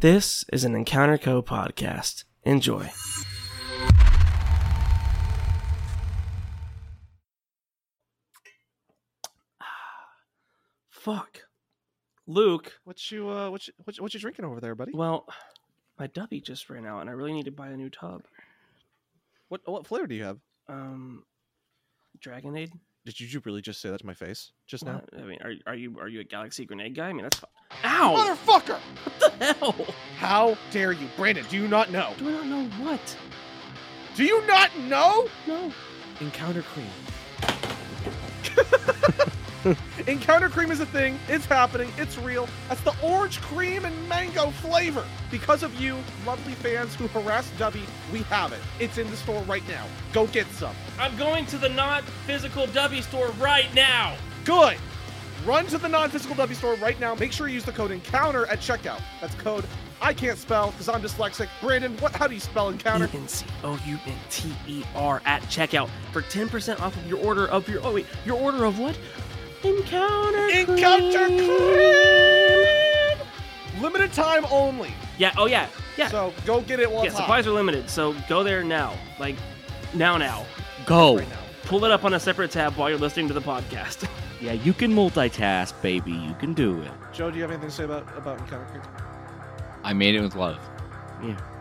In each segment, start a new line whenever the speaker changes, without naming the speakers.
This is an Encounter Co podcast. Enjoy. Ah, Fuck. Luke,
What you uh what you, what you, what you drinking over there, buddy?
well, my dubby just ran out and I really need to buy a new tub.
What what flavor do you have?
Um Dragonade?
Did you ju- really just say that to my face just now?
I mean, are, are you are you a Galaxy Grenade guy? I mean, that's fu- Ow!
Motherfucker!
What the hell?
How dare you, Brandon? Do you not know?
Do I not know what?
Do you not know?
No.
Encounter cream. Encounter cream is a thing. It's happening. It's real. That's the orange cream and mango flavor. Because of you, lovely fans who harass Dubby, we have it. It's in the store right now. Go get some.
I'm going to the not physical dubby store right now.
Good. Run to the non-physical W store right now. Make sure you use the code ENCOUNTER at checkout. That's code I can't spell because I'm dyslexic. Brandon, what? How do you spell ENCOUNTER?
E-N-C-O-U-N-T-E-R E at checkout for 10% off of your order of your oh wait, your order of what? Encounter
Encounter
Cream.
cream. Limited time only.
Yeah, oh yeah. Yeah.
So go get it while
yeah,
it's hot.
supplies are limited, so go there now. Like now now.
Go.
right now.
Pull it up on a separate tab while you're listening to the podcast.
Yeah, you can multitask, baby. You can do it.
Joe, do you have anything to say about about Encounter Cream?
I made it with love.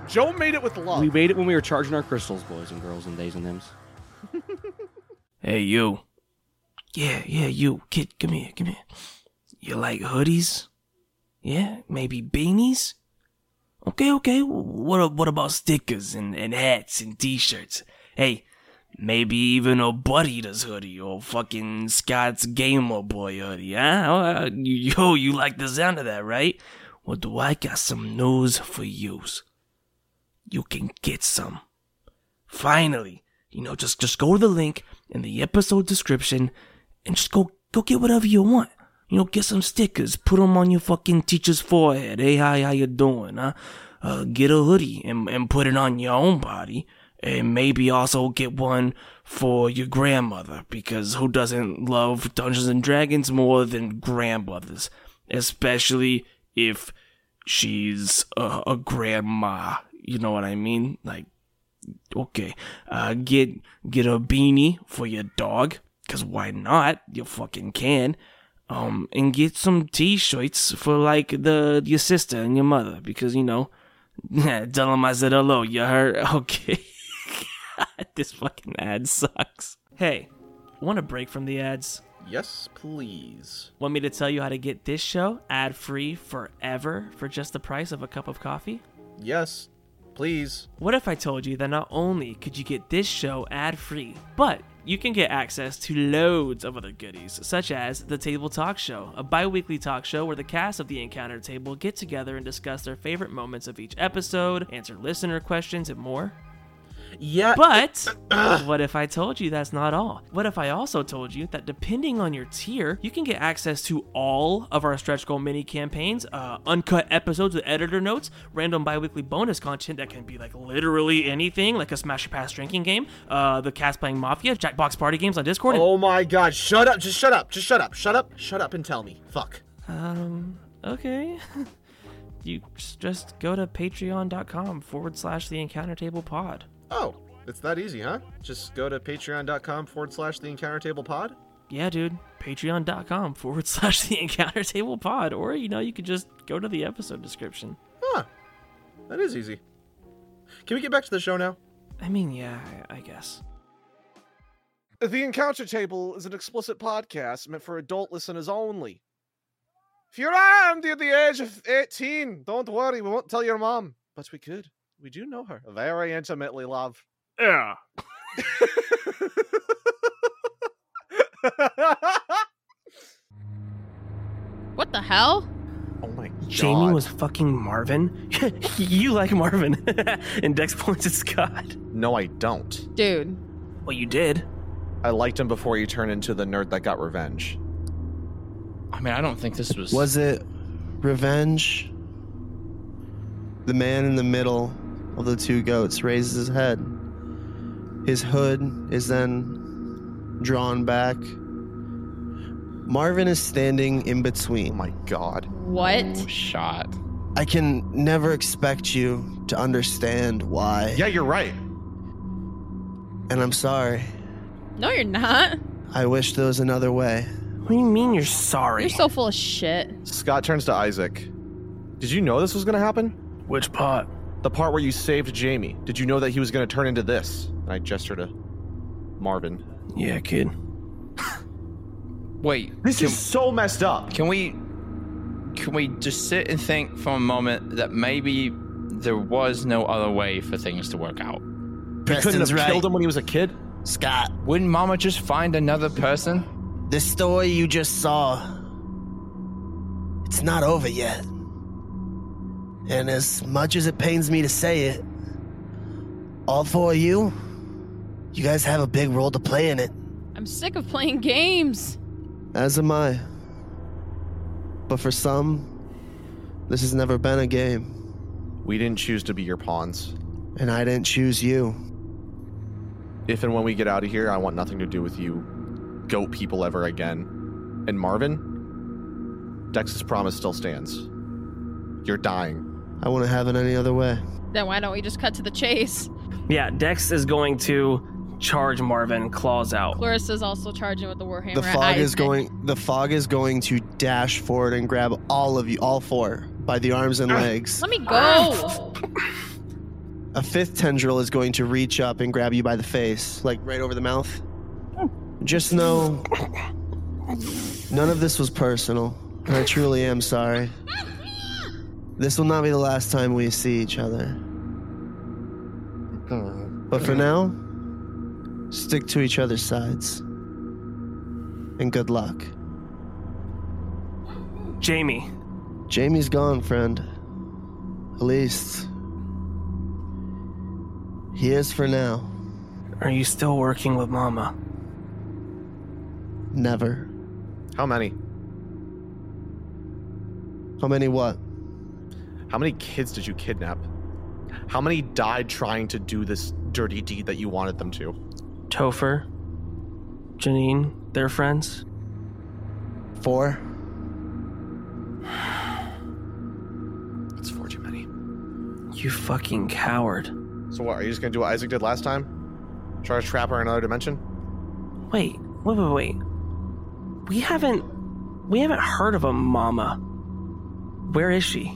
Joe made it with love.
We made it when we were charging our crystals, boys and girls, and days and thems.
Hey, you. Yeah, yeah, you. Kid, come here, come here. You like hoodies? Yeah, maybe beanies? Okay, okay. What a- what about stickers and, and hats and t-shirts? Hey, maybe even a Bud Eaters hoodie or fucking Scott's Gamer Boy hoodie, huh? Oh, uh, Yo, you like the sound of that, right? Well, do I got some news for yous? You can get some finally you know just just go to the link in the episode description and just go go get whatever you want you know get some stickers put them on your fucking teacher's forehead hey hi how you doing huh uh, get a hoodie and, and put it on your own body and maybe also get one for your grandmother because who doesn't love dungeons and dragons more than grandmothers especially if she's a, a grandma you know what i mean like okay, uh, get get a beanie for your dog, cause why not? You fucking can. Um, and get some t-shirts for like the your sister and your mother, because you know, tell them I said hello. You heard? Okay. God, this fucking ad sucks. Hey, want a break from the ads?
Yes, please.
Want me to tell you how to get this show ad free forever for just the price of a cup of coffee?
Yes, please.
What if I told you that not only could you get this show ad free, but you can get access to loads of other goodies, such as The Table Talk Show, a bi weekly talk show where the cast of The Encounter Table get together and discuss their favorite moments of each episode, answer listener questions, and more.
Yeah.
But what if I told you that's not all? What if I also told you that depending on your tier, you can get access to all of our stretch goal mini campaigns, uh, uncut episodes with editor notes, random bi-weekly bonus content that can be like literally anything, like a Smash or Pass drinking game, uh, the cast playing Mafia, Jackbox party games on Discord. and-
oh my god, shut up. Just shut up. Just shut up. Shut up. Shut up and tell me. Fuck.
Um, okay. you s- just go to patreon.com forward slash the encounter table pod.
Oh, it's that easy, huh? Just go to patreon.com forward slash the encounter table pod.
yeah, dude, patreon.com forward slash the encounter table pod, or you know, you could just go to the episode description.
Huh. That is easy. Can we get back to the show now?
I mean, yeah, I, I guess.
The Encounter Table is an explicit podcast meant for adult listeners only. If you're under the age of 18, don't worry, we won't tell your mom. But we could. We do know her very intimately, love.
Yeah.
What the hell?
Oh my god.
Jamie was fucking Marvin. you like Marvin. and Dex points at Scott.
No, I don't.
Dude.
Well, you did.
I liked him before you turned into the nerd that got revenge.
I mean, I don't think this was.
Was it revenge? The man in the middle of the two goats raises his head. His hood is then drawn back. Marvin is standing in
Oh
between.
my god.
Oh,
What?
shot?
I can never expect you to understand why.
Yeah, you're right.
And I'm sorry.
No, you're not.
I wish there was another way.
What do you mean you're sorry?
You're so full of shit.
Scott turns to Isaac. Did you know this was gonna happen?
Which part?
The part where you saved Jamie. Did you know that he was gonna turn into this? And I gesture to Marvin.
Yeah, kid.
Wait,
This
can,
is so messed up.
Can we? Can we just sit and think for a moment that maybe there was no other way for things to work out?
Preston's
Couldn't have
right.
killed him when he was a kid.
Scott,
Wouldn't Mama just find another person?
this story you just saw, it's not over yet. And as much as it pains me to say it, all four of you, you guys have a big role to play in it.
I'm sick of playing games.
As am I. But for some, this has never been a game,
We didn't choose to be your pawns.
and I didn't choose you.
If and when we get out of here, I want nothing to do with you, goat people ever again. And Marvin, Dex's promise still stands. You're dying.
I wouldn't have it any other way.
Then why don't we just cut to the chase?
Yeah, Dex is going to charge Marvin, claws out.
Clarissa's also charging with the Warhammer.
The
at
fog is
Isaac.
going. The fog is going to dash forward and grab all of you, all four, by the arms and legs.
Let me go.
A fifth tendril is going to reach up and grab you by the face, like right over the mouth. Just know, none of this was personal, and I truly am sorry. This will not be the last time we see each other. But for now, stick to each other's sides. And good luck.
Jamie,
Jamie's gone, friend. At least. He is for now.
are you still working with Mama?
Never.
How many?
How many what?
How many kids did you kidnap? How many died trying to do this dirty deed that you wanted them to?
Topher? Janine? They're friends?
Four?
That's far too many.
You fucking coward.
So what? Are you just gonna do what Isaac did last time? Try to trap her in another dimension?
Wait, wait, wait, wait. We haven't we haven't heard of a mama. Where is she?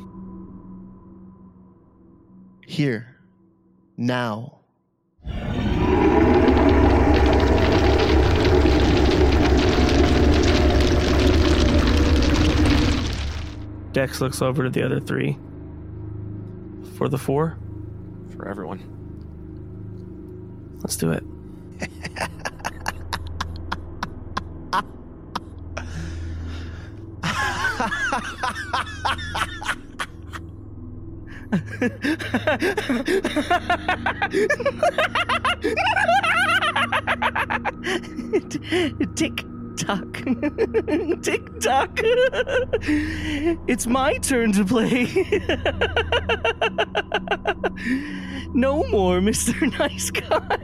Here. Now.
Dex looks over to the other three. For the four?
For everyone.
Let's do it.
Tick tock. Tick tock. it's my turn to play. no more, Mr. Nice Guy.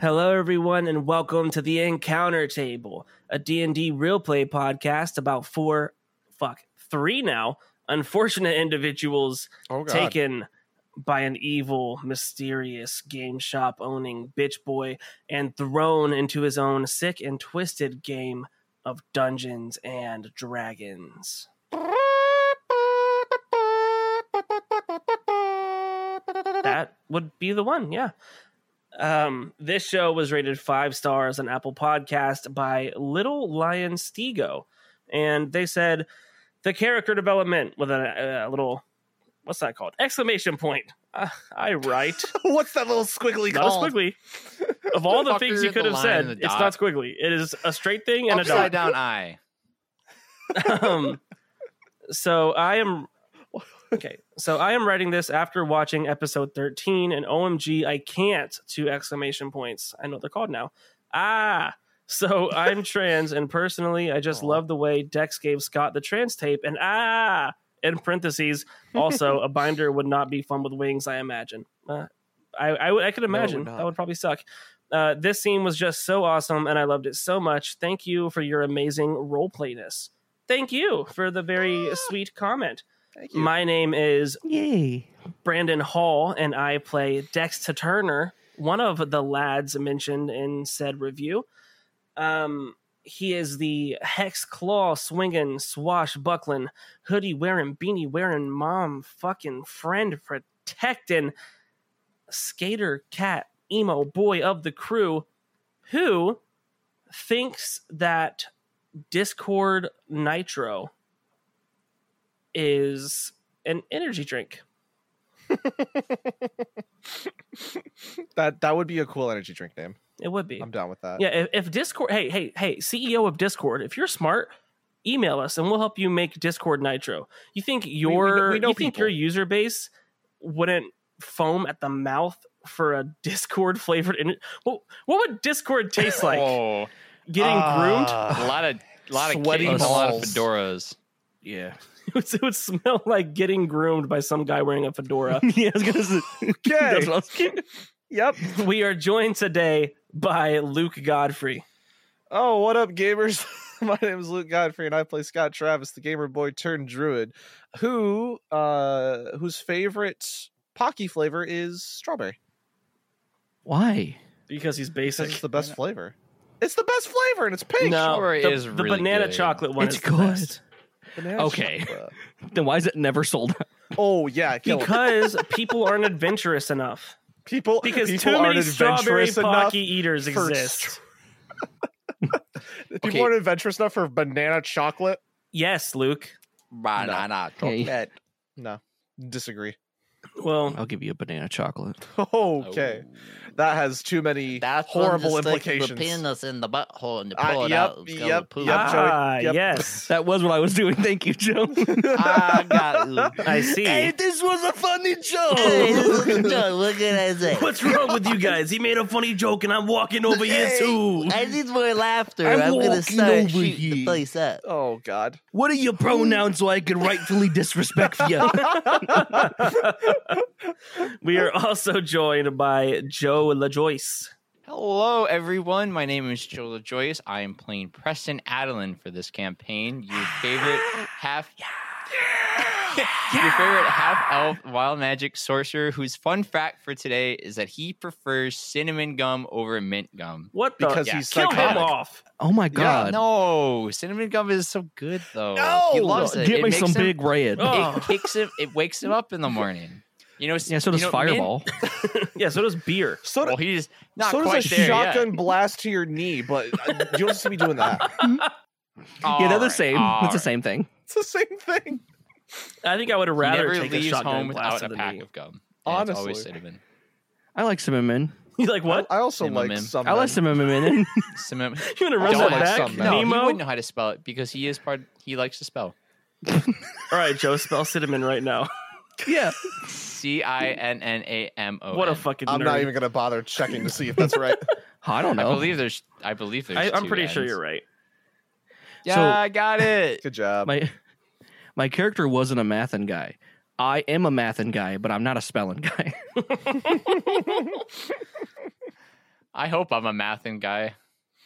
Hello everyone and welcome to the Encounter Table, a D&D real play podcast about four fuck, three now unfortunate individuals
Oh god.
taken by an evil, mysterious game shop owning bitch boy and thrown into his own sick and twisted game of Dungeons and Dragons. That would be the one, yeah. Um, this show was rated five stars on Apple Podcast by Little Lion Stego, and they said the character development with a, a little what's that called? Exclamation point! Uh, I write
What's that little squiggly
not a
called?
squiggly. Of all the
Fucker
things you
at
could
the
have
line and
said,
the
it's
dot.
not squiggly. It is a straight thing and a
Upside
dot.
down eye.
um, so I am okay. So I am writing this after watching episode thirteen and OMG, I can't! Two exclamation points. I know what they're called now. Ah. So I'm trans, and personally, I just love the way Dex gave Scott the trans tape, and ah, in parentheses, also a binder would not be fun with wings. I imagine. Uh, I, I would- I could imagine
not.
that would probably suck. Uh, this scene was just so awesome, and I loved it so much. Thank you for your amazing role playness. Thank you for the very sweet comment.
Ah. Thank you.
My name is
Yay.
Brandon Hall, and I play Dexter Turner, one of the lads mentioned in said review. Um, he is the hex claw swinging, swashbuckling, hoodie wearing, beanie wearing, mom fucking friend protecting, skater cat, emo boy of the crew, who thinks that Discord Nitro is an energy drink.
That that would be a cool energy drink name.
It would be.
I'm down with that.
Yeah, if, if Discord, hey, hey, hey, CEO of Discord, if you're smart, email us and we'll help you make Discord Nitro. You think your
we know
you think your
people.
user base wouldn't foam at the mouth for a Discord flavored? In- what, what would Discord taste like?
oh,
Getting
a lot of lot of
Sweaty
capes, a lot of
balls.
fedoras.
Yeah.
groomed? it would smell like getting groomed by some guy wearing a fedora.
yeah, I was gonna say. That's what I was kidding.
Yep.
we are joined today by Luke Godfrey.
Oh, what up, gamers? My name is Luke Godfrey, and I play Scott Travis, the gamer boy turned druid, who uh whose favorite Pocky flavor is strawberry.
Why?
Because he's
Because it's
basic.
the best flavor. It's the best flavor, and it's pink.
No,
Strawberry
the,
is
the
really
banana
good.
chocolate one
It's
is the
good.
best.
Banana
Okay.
chocolate.
Then why is it never sold out?
Oh yeah, kill 'em.
because people aren't adventurous enough.
people
Because
people
too many
aren't
strawberry
adventurous enough
pocky eaters
for
exist.
stra- People aren't adventurous enough for banana chocolate.
yes, Luke.
Banana chocolate.
Hey,
No, disagree.
Well,
I'll give you a banana chocolate.
Okay, that has too many horrible implications.
us in the butthole and
Uh, yep, yep, yep,
ah,
Joey, yep.
yes,
That was what I was doing. Thank you, Joe.
I got
I see.
this was a funny show.
look at that.
What's wrong with you guys? He made a funny joke and I'm walking over here too.
I need more laughter.
I'm I'm gonna walking start over shooting the here. place
up.
Oh God.
What are your pronouns so I can rightfully disrespect you?
we are also joined by Joe LaJoyce.
Hello, everyone. My name is Joe Joyce. I am playing Preston Adelin for this campaign. Your favorite half. Your favorite half elf wild magic sorcerer, whose fun fact for today is that he prefers cinnamon gum over mint gum.
What the?
Because
yeah,
he's
kill him
psychotic.
off.
Oh my god.
No, cinnamon gum is so good though. he loves it.
Get
It
me
makes
some
him-
big red.
Oh.
It kicks him. It wakes him up in the morning. You know.
Yeah, so does
you know, Mint,
Fireball.
Yeah, so does beer.
So,
well, he's not
so
quite
does a
there
shotgun
yet.
blast to your knee, but uh, you don't see me doing that.
yeah, they're
All
the
right,
same.
all
It's the
right.
same thing.
It's the same thing.
I think I would
He
rather
never
take a
leaves
shotgun
home
blast to
without a
the
pack
knee.
of gum. And it's
Honestly.
always cinnamon.
I like cinnamon.
He's like, what?
I also
Cinnamon.
like some.
I like cinnamon.
Cinnamon.
You want to run
Don't
that
like
back,
some, man.
No, he
Nemo?
wouldn't know how to spell it because he is part. He likes to spell.
All right, Joe, spell cinnamon right now.
yeah.
C I N N A M O.
What a fucking
I'm
nerd.
not even gonna bother checking to see if that's right.
I don't
I
know.
believe there's. I believe there's.
I, I'm
two
pretty sure
Ns.
you're right.
Yeah,
So-
I got it.
Good job.
my my character wasn't a mathin guy. I am a mathin guy, but I'm not a spelling guy.
I hope I'm a mathin guy.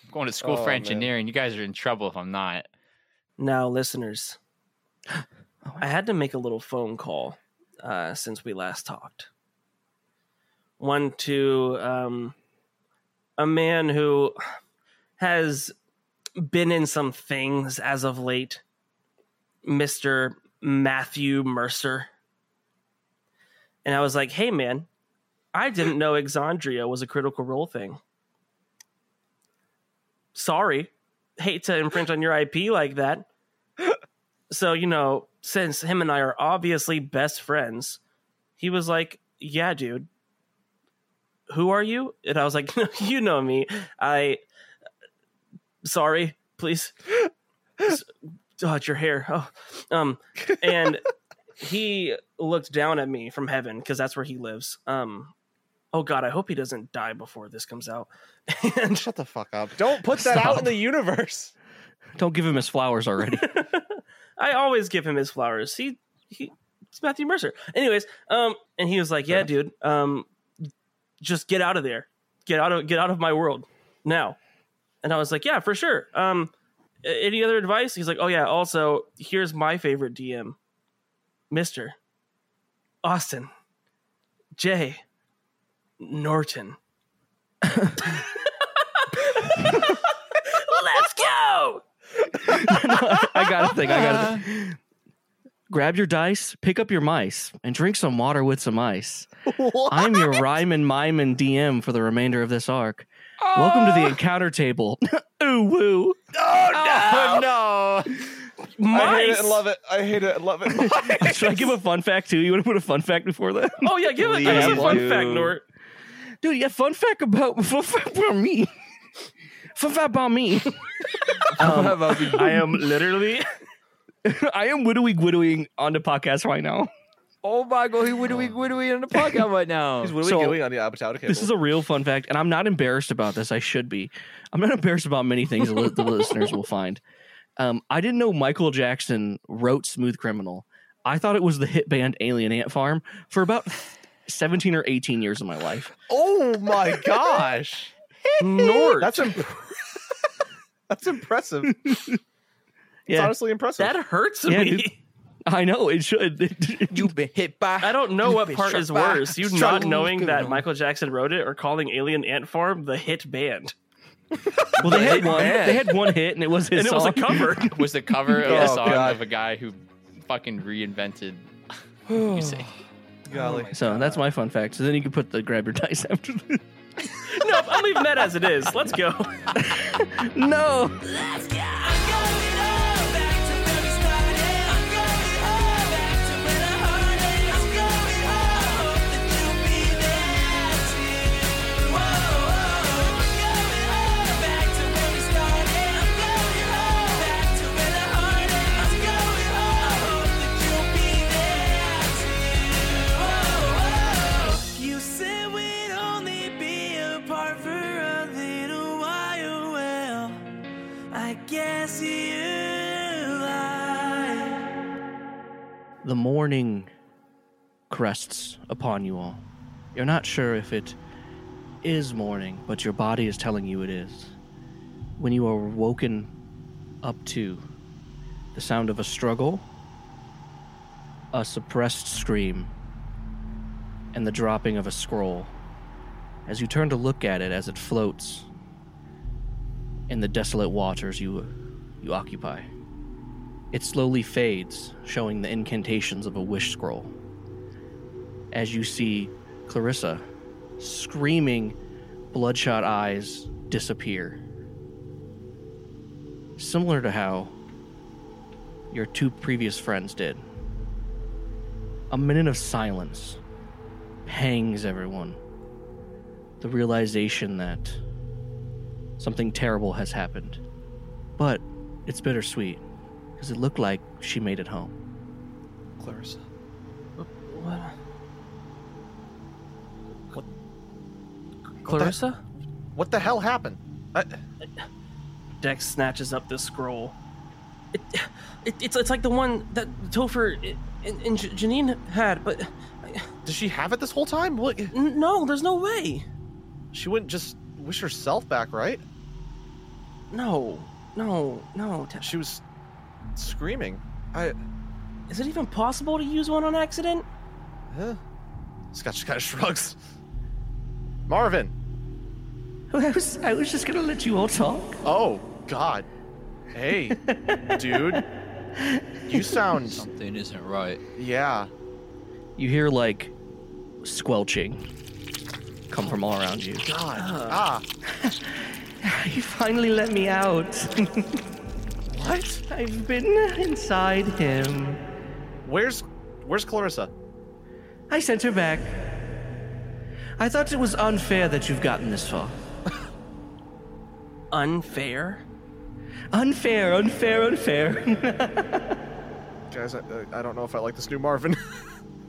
I'm going to school
Oh,
for
man.
engineering. You guys are in trouble if I'm not.
Now, listeners,
Oh
I
my
had to make a little phone call uh, since we last talked. One to um, a man who has been in some things as of late, Mr. Matthew Mercer. And I was like, hey, man, I didn't know Exandria was a critical role thing. Sorry. Hate to infringe on your IP like that so you know since him and i are obviously best friends he was like yeah dude who are you? And I was like, you know me. I, sorry, please. S- Oh, it's your hair. Oh, um, and he looked down at me from heaven because that's where he lives. Um, oh God, I hope he doesn't die before this comes out. and
Shut the fuck up. Don't put that out in
Stop.
the universe.
Don't give him his flowers already.
I always give him his flowers. He he it's Matthew Mercer. Anyways, um and he was like, "Yeah, dude, um just get out of there. Get out of get out of my world now." And I was like, "Yeah, for sure. Um a- any other advice?" He's like, "Oh yeah, also, here's my favorite DM. Mr. Austin J Norton." Let's go.
I got a thing. I got a thing. Grab your dice, pick up your mice, and drink some water with some ice. I'm your rhyme and mime and DM for the remainder of this arc. Welcome to the encounter table. Ooh woo.
Oh
I
no!
hate it
Mice.
and love it. I hate it and love it.
Should I give a fun fact too? You want to put a fun fact before that?
Oh yeah, give it. Give us a
Please
fun
do.
fact, Nort.
Dude, yeah, fun fact about fun fact about me. Fun fact about me.
I am literally.
I am widowing widowing on the podcast right now.
oh my god, he widowing, widowing on the podcast right now.
He's widdly
So-
gooey on the Abbot Tower
This is a real fun fact, and I'm not embarrassed about this. I should be. I'm not embarrassed about many things the li- the listeners will find. Um, I didn't know Michael Jackson wrote Smooth Criminal. I thought it was the hit band Alien Ant Farm for about 17 or 18 years of my life.
Oh my gosh.
Nort.
That's imp- That's impressive. It's
Yeah.
honestly impressive.
that hurts
Yeah,
me.
dude. I know it should.
You've been hit by.
I don't know
You've
what
been
part
struck
is
by
worse. You
strong
not knowing that
criminal.
Michael Jackson wrote it or calling Alien Ant Farm the hit band.
well, they had
Hit
one.
band.
They had one hit, and it was his
and it was a
song.
cover.
was the cover of a
Oh,
song
God.
of a guy who fucking reinvented music.
Golly.
So that's my fun fact. So then you can put the grab your dice after. The-
no, I'm leaving that as it is. Let's go.
no.
You said we'd only be apart for a little while. Well, I guess you lie.
The morning crests upon you all. You're not sure if it is morning, but your body is telling you it is. When you are woken up to the sound of a struggle, a suppressed scream, and the dropping of a scroll, as you turn to look at it as it floats in the desolate waters you, you occupy. It slowly fades, showing the incantations of a wish scroll. As you see Clarissa, screaming, bloodshot eyes disappear. Similar to how your two previous friends did. A minute of silence pangs everyone. The realization that something terrible has happened. But it's bittersweet because it looked like she made it home.
Clarissa.
What? Clarissa?
What the hell happened? I-
Dex snatches up this scroll. It, it, it's, it's like the one that Topher and, and Janine had, but
did she have it this whole time? What?
n- no, there's no way.
She wouldn't just wish herself back, right?
No, no, no. Ta-
She was screaming. I.
Is it even possible to use one on accident?
Huh? Scott just kind of shrugs. Marvin.
I was, I was just gonna let you all talk.
Oh, God. Hey, dude. You sound.
Something isn't right.
Yeah.
You hear like squelching come from all around you.
God. Ah.
You finally let me out.
What?
I've been inside him.
Where's. Where's Clarissa?
I sent her back. I thought it was unfair that you've gotten this far.
Unfair?
Unfair, unfair, unfair.
Guys, I, I don't know if I like this new Marvin.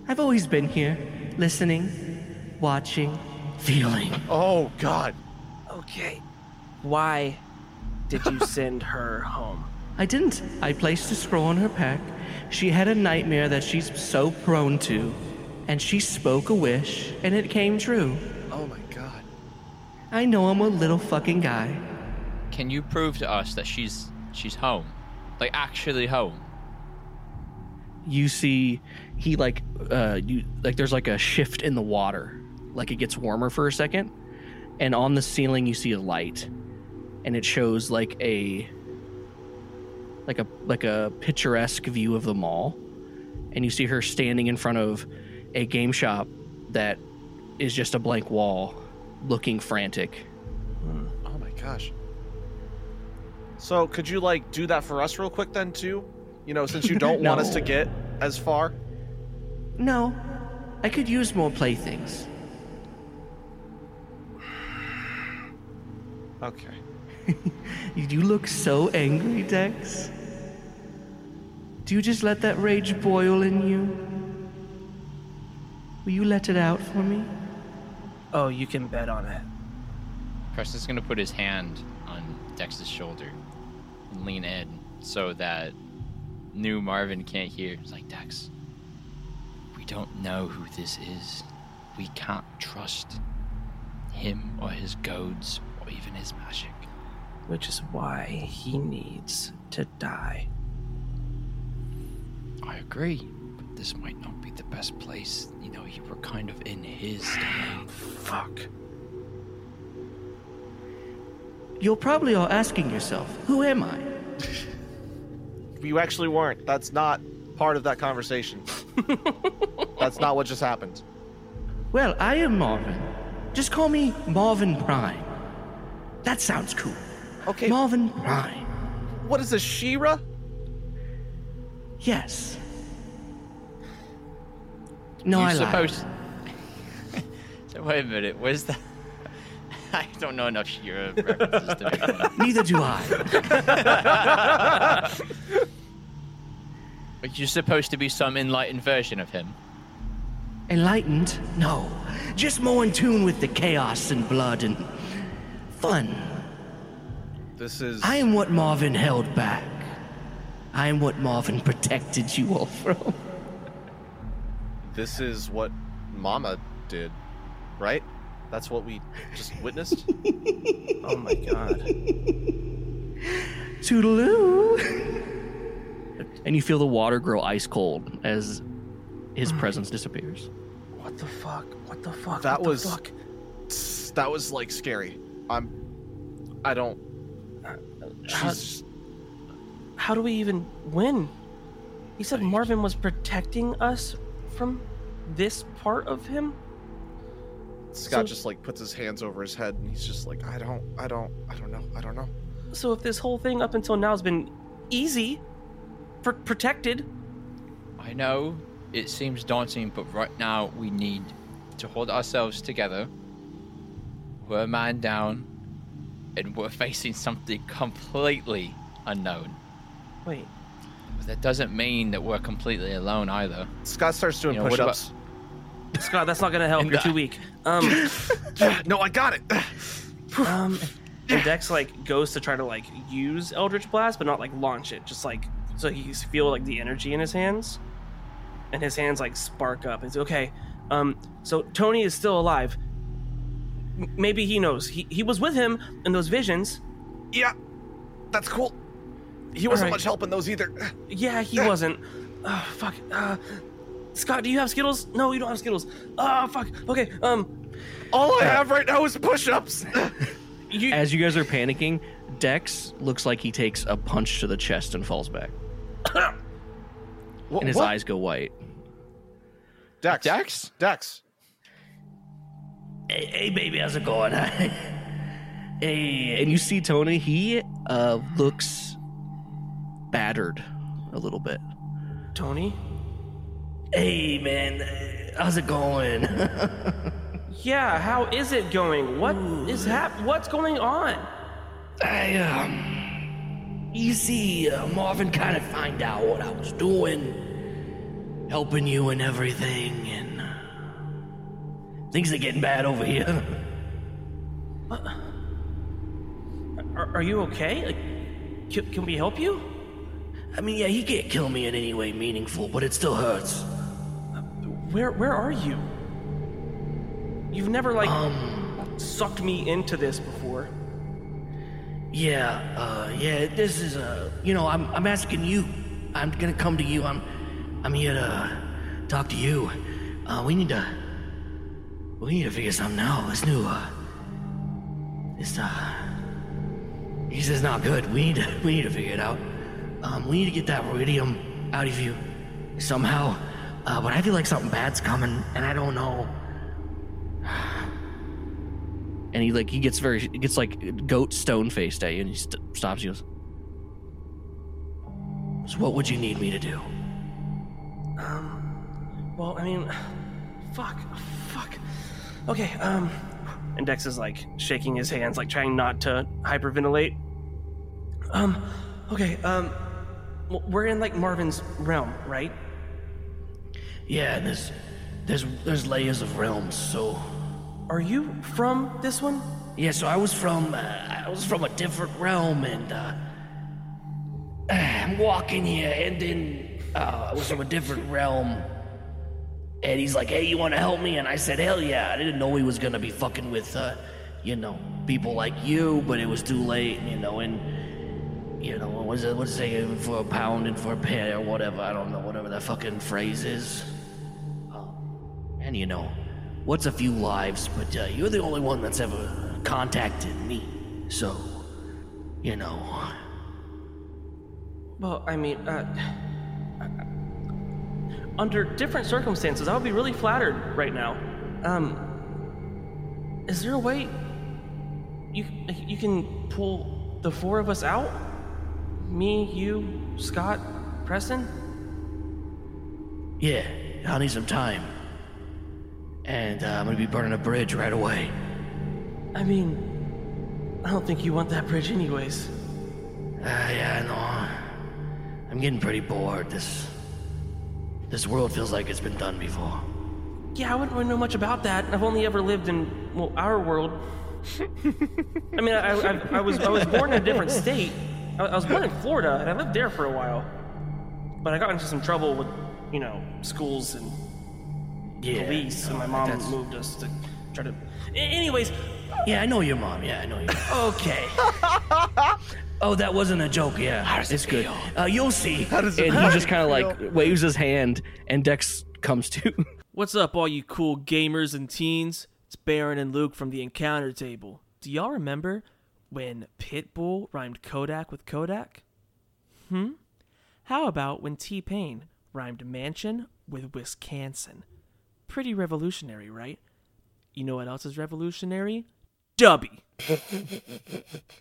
I've always been here, listening, watching, feeling.
Oh, God.
Okay. Why did you send her home?
I didn't. I placed a scroll on her pack. She had a nightmare that she's so prone to, and she spoke a wish, and it came true.
Oh my god.
I know I'm a little fucking guy.
Can you prove to us that she's she's home, like actually home?
You see, he like, uh, you like. There's like a shift in the water, like it gets warmer for a second, and on the ceiling you see a light, and it shows like a like a like a picturesque view of the mall and you see her standing in front of a game shop that is just a blank wall looking frantic
Oh my gosh. So could you like do that for us real quick then too? You know, since you don't want us to
No.
get as far.
no i could use more playthings
Okay.
you look so angry dex do you just let that rage boil in you will you let it out for me
Oh, you can bet on it.
Preston's gonna put his hand on Dex's shoulder and lean in so that new Marvin can't hear. It's like Dex, we don't know who this is. We can't trust him or his goads or even his magic.
Which is why he needs to die.
I agree, but this might not be the best place. You know, you were kind of in his domain.
Fuck.
you're probably all asking yourself who am i
You actually weren't. That's not part of that conversation. That's not what just happened.
Well, I am Marvin. Just call me Marvin Prime. That sounds cool.
Okay.
Marvin Prime.
What is this, Shira?
Yes. No,
you
I lied.
supposed. So Wait a minute. Where's that? I don't know enough Shira references to make one.
Neither do I.
But you're supposed to be some enlightened version of him.
Enlightened? No. Just more in tune with the chaos and blood and fun.
This is
I am what Marvin held back. I am what Marvin protected you all from.
This is what Mama did, right? That's what we just witnessed.
Oh my god.
Toodaloo. and you feel the water grow ice cold as his presence disappears.
What the fuck? What the fuck?
That
What the
was-
fuck?
that was like scary. I'm. I don't.
How,
She's,
how do we even win? He said Marvin was protecting us from this part of him?
Scott
so-
just like puts his hands over his head and he's just like, I don't, I don't, I don't know, I don't know.
So if this whole thing up until now has been easy, pr- protected,
I know it seems daunting, but right now we need to hold ourselves together. We're a man down, and we're facing something completely unknown.
wait,
But that doesn't mean that we're completely alone either.
Scott starts doing
You know, what
push-ups.
Scott, that's not gonna help.
And
You're
I-
too weak. Um,
no, I got it.
um, and Dex like goes to try to like use Eldritch Blast, but not like launch it. Just like so he can feel like the energy in his hands, and his hands like spark up. It's okay. Um, so Tony is still alive. M- maybe he knows. He he was with him in those visions.
yeah. That's cool. He wasn't
Alright.
much help in those either.
Yeah, he wasn't. Oh, fuck. Uh, Scott, do you have Skittles? No, you don't have Skittles.
Uh,
Oh, fuck. Okay. Um,
All I have right now is push-ups.
you.
As you guys are panicking, Dex looks like he takes a punch to the chest and falls back,
Wha-
and his
what?
eyes go white.
Dex.
Dex?
Dex.
Hey, hey baby, how's it going? hey, and you see Tony. He uh, looks battered a little bit.
Tony,
Hey, man, uh, how's it going?
Yeah, how is it going? What is hap- What's going on?
I, um. You see, uh, Marvin kind of find out what I was doing, helping you and everything, and. Uh, things are getting bad over here.
Are, are you okay? Like, can, can we help you?
I mean, yeah, he can't kill me in any way meaningful, but it still hurts.
Where Where are you? You've never like sucked me into this before.
Yeah, uh, yeah, this is uh, you know, I'm, I'm asking you. I'm gonna come to you. I'm, I'm here to talk to you. Uh, we need to, we need to figure something out. This new, uh, this, uh, this is not good. We need to, we need to figure it out. Um, we need to get that radium out of you somehow. Uh, but I feel like something bad's coming, and I don't know.
and he like he gets very he gets like goat stone faced at you and he st- stops you and goes so what would you need me to do
Well, I mean, fuck, fuck. Okay, um. And Dex is like shaking his hands, like trying not to hyperventilate. Um, okay, um. w- We're in like Marvin's realm, right?
yeah and there's there's there's layers of realms so
Are you from this one?
yeah so i was from uh, i was from a different realm and uh i'm walking here and then uh, i was from a different realm and he's like hey you want to help me and i said hell yeah i didn't know he was gonna be fucking with uh you know people like you but it was too late you know and you know what was it what's it for a pound and for a pair or whatever i don't know whatever that fucking phrase is and you know, what's a few lives, but uh, you're the only one that's ever contacted me. So, you know,
Well, I mean, uh. Under different circumstances, I would be really flattered right now. Um. Is there a way you you can pull the four of us out? Me, you, Scott, Preston?
yeah, I'll need some time. And uh, I'm gonna be burning a bridge right away.
I mean, I don't think you want that bridge, anyways.
Uh, yeah, I know. I'm getting pretty bored. This this world feels like it's been done before.
Yeah, I wouldn't really know much about that. I've only ever lived in well, our world. I mean, I, I, I was I was born in a different state. I, I was born in Florida, and I lived there for a while. But I got into some trouble with, you know, schools and
Yeah,
police, and
no,
my mom
that's-
moved us to try to. A- Anyways,
Yeah, I know your mom. Yeah, I know your. mom.
okay.
oh, that wasn't a joke. Yeah, it's good. Uh, you'll see.
and he just kind of like waves his hand and dex comes to
What's up, all you cool gamers and teens? It's Baron and Luke from the Encounter Table. Do y'all remember when Pitbull rhymed Kodak with Kodak? Hmm? How about when T Pain rhymed mansion with Wisconsin? Pretty revolutionary, right? You know what else is revolutionary? Dubby.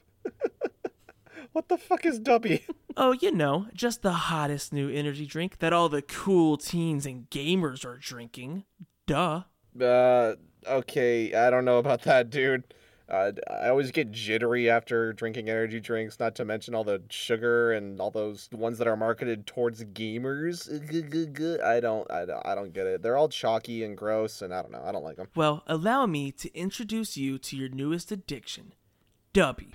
What the fuck is Dubby?
Oh, you know, just the hottest new energy drink that all the cool teens and gamers are drinking. Duh.
Uh, okay, I don't know about that, dude. Uh, I always get jittery after drinking energy drinks, not to mention all the sugar and all those ones that are marketed towards gamers. G-g-g-g- I don't, I don't, I don't get it. They're all chalky and gross, and I don't know. I don't like them.
Well, allow me to introduce you to your newest addiction, Dubby.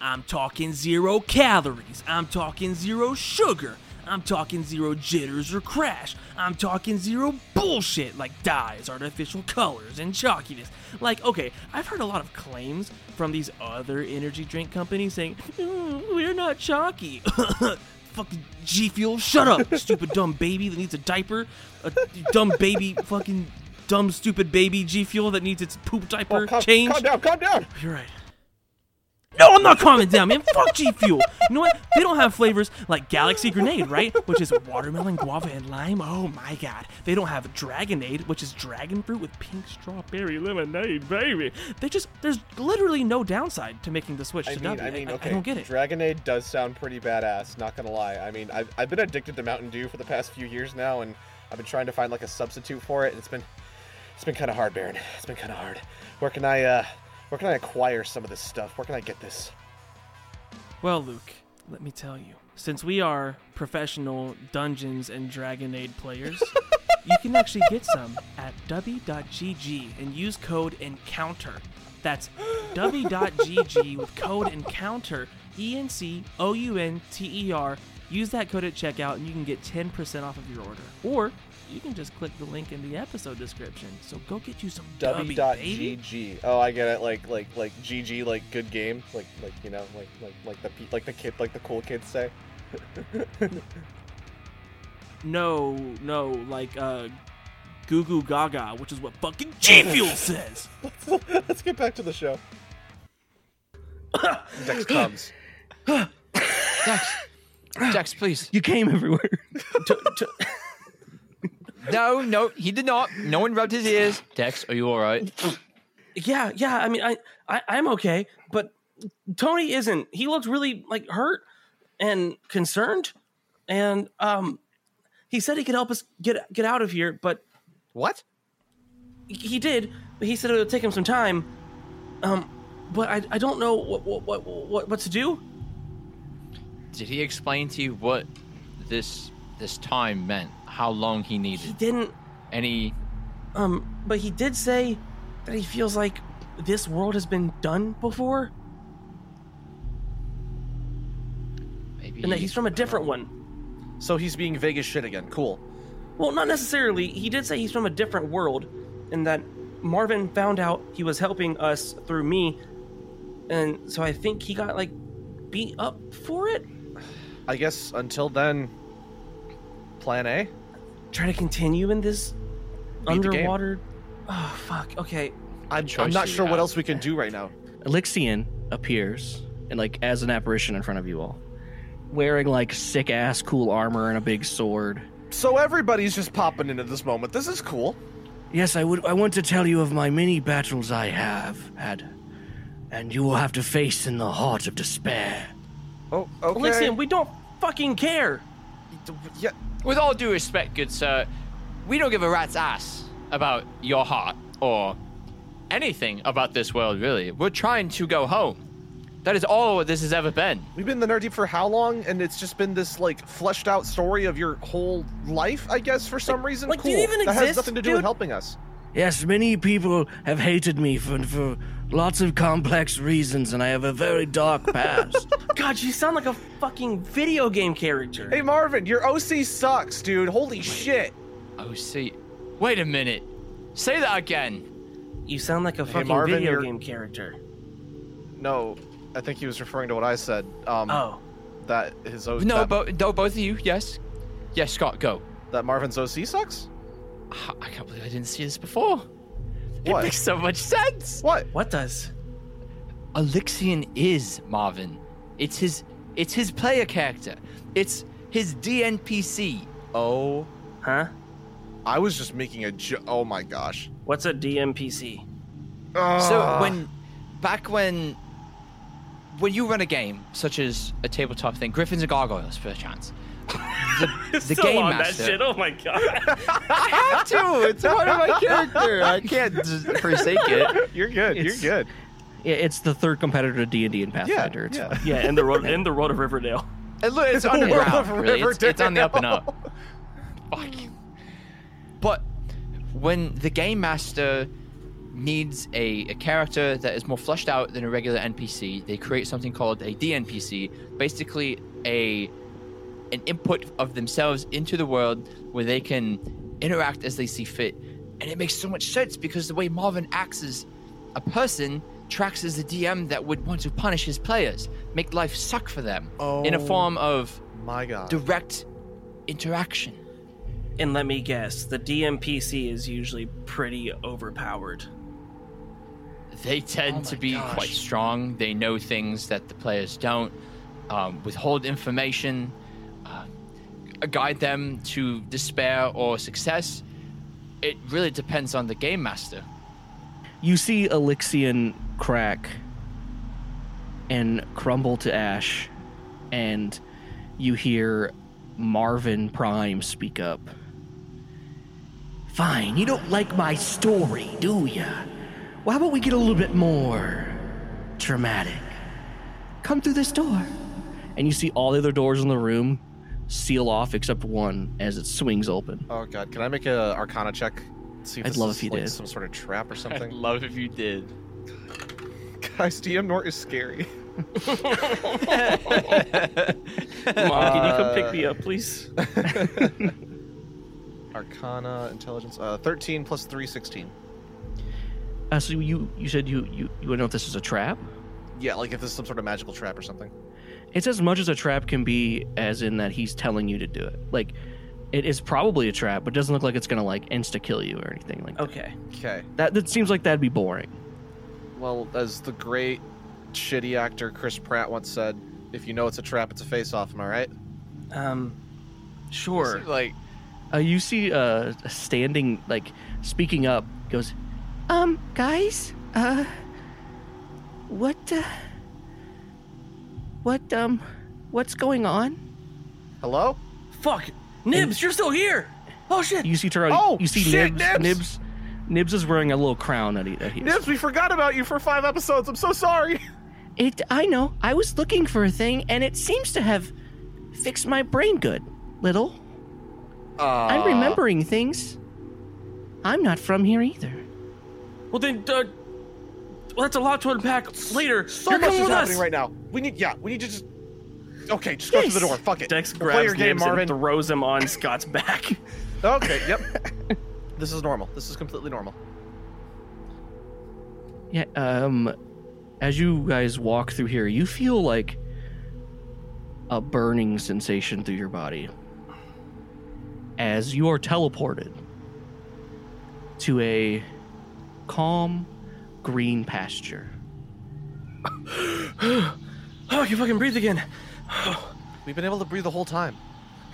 I'm talking zero calories. I'm talking zero sugar. I'm talking zero jitters or crash. I'm talking zero bullshit like dyes, artificial colors, and chalkiness. Like, okay, I've heard a lot of claims from these other energy drink companies saying, "Mm, we're not chalky. fucking G Fuel, shut up, stupid dumb baby that needs a diaper. A dumb baby, fucking dumb, stupid baby G Fuel that needs its poop diaper
calm,
changed.
calm down, calm down.
You're right. No, I'm not calming down, man. Fuck G Fuel. You know what? They don't have flavors like Galaxy Grenade, right? Which is watermelon, guava, and lime. Oh my god. They don't have Dragonade, which is dragon fruit with pink strawberry lemonade, baby. They just there's literally no downside to making the switch
I
to
mean,
Dubby.
I mean, okay.
I don't get it.
Dragonade does sound pretty badass. Not gonna lie. I mean, I've I've been addicted to Mountain Dew for the past few years now, and I've been trying to find like a substitute for it, and it's been
It's been kind of hard, Baron. It's been kind of hard. Where can I, uh, where can I acquire some of this stuff? Where can I get this?
Well, Luke, let me tell you. Since we are professional Dungeons and Dragonade players, you can actually get some at w.gg and use code ENCOUNTER. That's w.gg with code ENCOUNTER, E N C O U N T E R. Use that code at checkout and you can get 10% off of your order. Or you can just click the link in the episode description. So go get you some W, baby.
W.GG. Oh, I get it. Like like like GG like good game. Like like you know like like like the pe- like the kid like the cool kids say.
No, no, like uh Goo Goo Gaga, which is what fucking G Fuel says.
Let's get back to the show. Dex comes.
Dex, please.
You came everywhere.
No, no, he did not. No one rubbed his ears. Dex, are you all right?
Yeah, yeah. I mean, I, I I'm okay, but Tony isn't. He looked really like hurt and concerned, and um, he said he could help us get get out of here, but
What?
he did. But he said it would take him some time. Um, but I I don't know what what what what, what to do.
Did he explain to you what this this time meant? How long he
He
needed?
didn't.
Any?
Um, but he did say that he feels like this world has been done before,
Maybe.
and that he's from a different one.
So he's being vague as shit again. Cool.
Well, not necessarily. He did say he's from a different world, and that Marvin found out he was helping us through me, and so I think he got like beat up for it.
I guess until then. Plan A.
Try to continue in this
Beat the game.
underwater. Oh fuck. Okay.
I'm, I'm
choice
not
do you
sure what
have?
else we can do right now.
Elixion appears and like as an apparition in front of you all, wearing like sick ass cool armor and a big sword.
So everybody's just popping into this moment. This is cool.
Yes, I would. I want to tell you of my many battles I have had, and you will have to face in the heart of despair.
Oh, okay.
Elixion, we don't fucking care.
yeah,
With all due respect, good sir, we don't give a rat's ass about your heart or anything about this world, really. We're trying to go home. That is all this has ever been.
we've been in the nerd deep for how long? And it's just been this like fleshed out story of your whole life, I guess, for some reason.
like, do you
cool.
even
that has
exist,
nothing to do with
dude?
helping us.
Yes, many people have hated me for, for lots of complex reasons, and I have a very dark past.
God, you sound like a fucking video game character.
Hey Marvin, your OC sucks, dude. Holy shit.
Oh, see. Wait a minute. Say that again.
you sound like a fucking
Marvin,
video
you're-
game character.
No, I think he was referring to what I said. Um,
Oh.
that his OC.
No,
that,
bo- no, both of you. Yes. Yes, Scott, go.
that Marvin's OC sucks.
Ah, I can't believe I didn't see this before. It
What?
makes so much sense.
What?
What does?
Elixion is Marvin. It's his it's his player character. It's his DNPC.
Oh,
Huh?
I was just making a jo- Oh my gosh.
What's a DMPC?
So when back when when you run a game such as a tabletop thing, Griffins and Gargoyles for a chance. The, the game master.
Oh my god.
I have to. It's part of my character. I can't just forsake it.
You're good.
It's-
You're good.
Yeah, it's the third competitor to D and D in
Yeah.
Pathfinder. it's
yeah.
fine.
yeah, in the road in the road of Riverdale.
And look, it's
The world
underground.
of
Really. It's, it's on the up and
Riverdale.
up. Fuck. But when the game master needs a, a character that is more fleshed out than a regular NPC, they create something called a DNPC, basically a an input of themselves into the world where they can interact as they see fit. And it makes so much sense because the way Marvin acts as a person tracks as a DM that would want to punish his players, make life suck for them in a
Oh.
form of
My God.
direct interaction.
And let me guess, the DMPC is usually pretty overpowered.
They tend to be quite strong. They know things that the players don't. Um, withhold information, uh, guide them to despair or success. It really depends on the game master.
You see Elixion crack and crumble to ash, and you hear Marvin Prime speak up.
Fine, you don't like my story, do ya?
Well, how about we get a little bit more dramatic? Come through this door. And you see all the other doors in the room seal off except one as it swings open.
Oh god, can I make a Arcana check? See
I'd
this
love
is,
if you
like,
did.
some sort of trap or
I'd
something.
love if you did.
Guys, DM Nort is scary.
Mom, can you come pick
Uh,
me up, please?
Arcana, intelligence, uh, thirteen plus three, sixteen.
Uh, so you you said you you you would know if this is a trap.
Yeah, like if this is some sort of magical trap or something.
It's as much as a trap can be, as in that he's telling you to do it. Like, it is probably a trap, but it doesn't look like it's gonna like insta kill you or anything like that.
Okay.
Okay.
that. That seems like that'd be boring.
Well, as the great shitty actor Chris Pratt once said, if you know it's a trap, it's a face off, am I right?
Um,
You
sure.
seem like
Uh, you see, uh, standing like speaking up goes, um, guys, uh, what, uh, what, um, what's going on?
Hello?
Fuck, Nibs, you're still here. Oh shit.
You see, Taro.
Oh,
you see
shit,
Nibs,
Nibs!
Nibs. Nibs is wearing a little crown that he. That he
Nibs, we forgot about you for five episodes. I'm so sorry.
It. I know. I was looking for a thing, and it seems to have fixed my brain good. Little. I'm
Uh,
remembering things. I'm not from here either.
Well then, uh, well, that's a lot to unpack later.
So
you're
much
coming
is
with
happening
us.
right now. We need, yeah, we need to just. Okay, just go through the
Yes.
door. Fuck it.
Dex
We'll
grabs
play your game,
Nibs
Marvin.
and throws him on Scott's back.
Okay, yep. this is normal. This is completely normal.
Yeah, um as you guys walk through here, you feel like a burning sensation through your body as you are teleported to a calm green pasture.
Oh, I can fucking breathe again.
We've been able to breathe the whole time.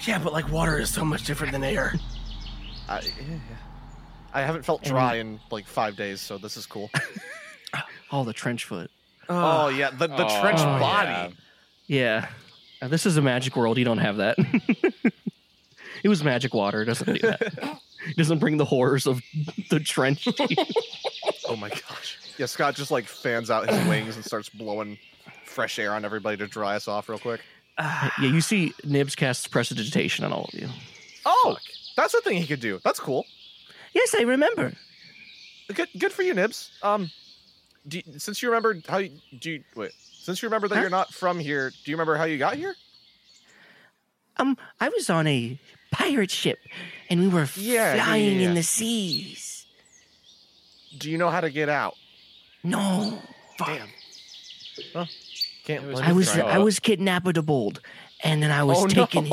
Yeah, but like water is so much different than air.
I, yeah. I haven't felt dry in like five days, so this is cool.
Oh, the trench foot.
oh yeah, the, the
Aw,
trench
yeah.
body.
Yeah. Now, this is a magic world. You don't have that. it was magic water. It doesn't do that. it doesn't bring the horrors of the trench. to you.
Oh my gosh. Yeah, Scott just like fans out his wings and starts blowing fresh air on everybody to dry us off real quick.
yeah, you see Nibs casts prestidigitation on all of you.
Oh, that's a thing he could do. That's cool.
Yes, I remember.
Good, good for you, Nibs. Um, do you- since you remembered how you, do you, wait, since you remember that
Huh?
you're not from here, do you remember how you got here?
Um, I was on a pirate ship, and we were
Yeah, yeah,
flying
yeah, yeah.
in the seas.
Do you know how to get out?
No,
Damn. Huh? Can't.
It was-
blame
I
you.
was
throw
I
up.
was kidnapped, and then I was
Oh, no.
taken,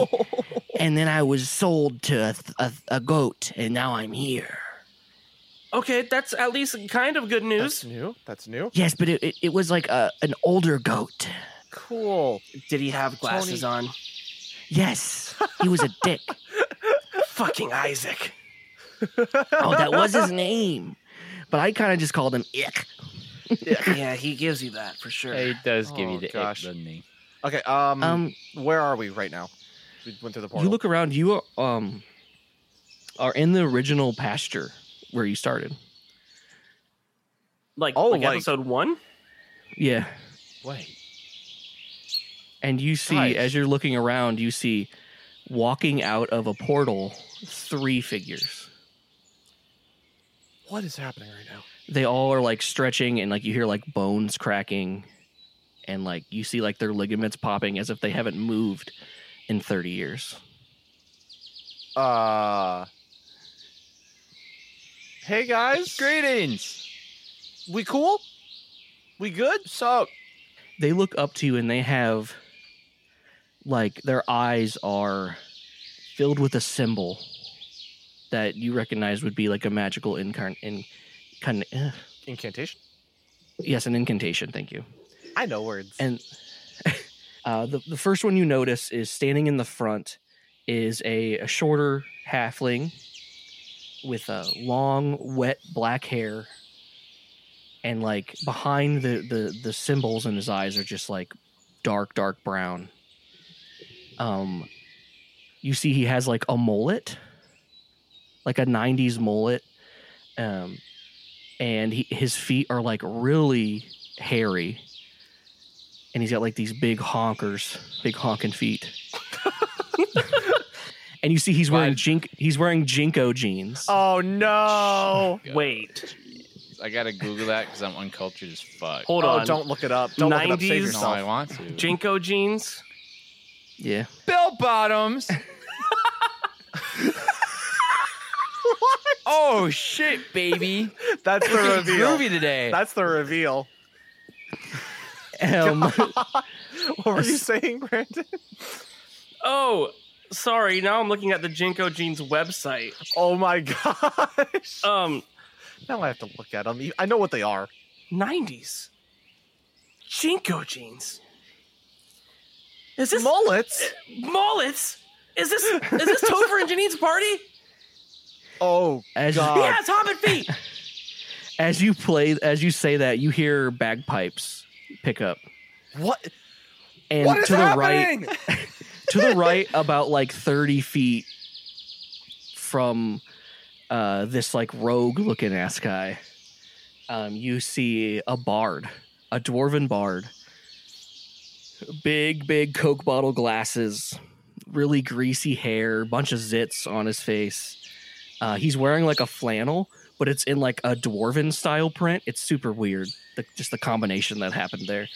and then I was sold to a, th- a, a goat, and now I'm here.
Okay, that's at least kind of good news.
That's new. That's new.
Yes, but it, it, it was like a, an older goat.
Cool.
Did he have glasses on?
Yes, he was a dick.
Fucking Isaac.
oh, that was his name, but I kind of just called him Ick.
yeah, he gives you that for sure.
It does give
Oh,
you the
gosh.
ick, doesn't he?
Okay. Um,
Um,
where are we right now? We went through the portal.
You look around. You are, um are in the original pasture where you started.
Like,
Oh,
like,
like-
episode one?
Yeah,
Wait.
and you see
Guys.
as you're looking around, you see walking out of a portal three figures.
what is happening right now?
They all are like stretching, and like you hear like bones cracking, and like you see like their ligaments popping as if they haven't moved in thirty years.
Uh. Hey guys,
Greetings.
we cool? We good?
So,
they look up to you and they have like their eyes are filled with a symbol that you recognize would be like a magical incarn in kind eh,
Incantation.
yes an incantation thank you
I know words.
and uh, the, the first one you notice is standing in the front is a, a shorter halfling with a long, wet black hair. And like behind the, the, the symbols in his eyes are just like dark, dark brown. Um, you see, he has like a mullet, like a 90s mullet. Um, and he, his feet are like really hairy. And he's got like these big honkers, big honking feet. and you see he's wearing
Why-
jink he's wearing jinko jeans.
Oh no!
God.
Wait.
I gotta Google that because I'm uncultured as fuck.
Hold
oh,
on.
don't look it up. Don't look it up.
90s
Save
no, I
yourself.
want to.
Jinko jeans.
Yeah.
bell bottoms. Oh shit, baby!
That's the
It's groovy
reveal.
today.
That's the reveal.
Um,
What were you saying, Brandon?
Oh, sorry. Now I'm looking at the Jinko jeans website.
Oh my gosh!
Um,
Now I have to look at them. I know what they are.
90s. Jinko jeans. Is this
Mullets.
mullets? Is this is this Topher and Janine's party?
Oh
as
God.
Yeah, it's Hobbit feet.
as you play as you say that, you hear bagpipes pick up.
What?
And
what is
to the right
happening?
to the right about like 30 feet from uh, this like rogue looking ass guy um, you see a bard a dwarven bard big big coke bottle glasses really greasy hair bunch of zits on his face uh, he's wearing like a flannel but it's in like a dwarven style print it's super weird the, just the combination that happened there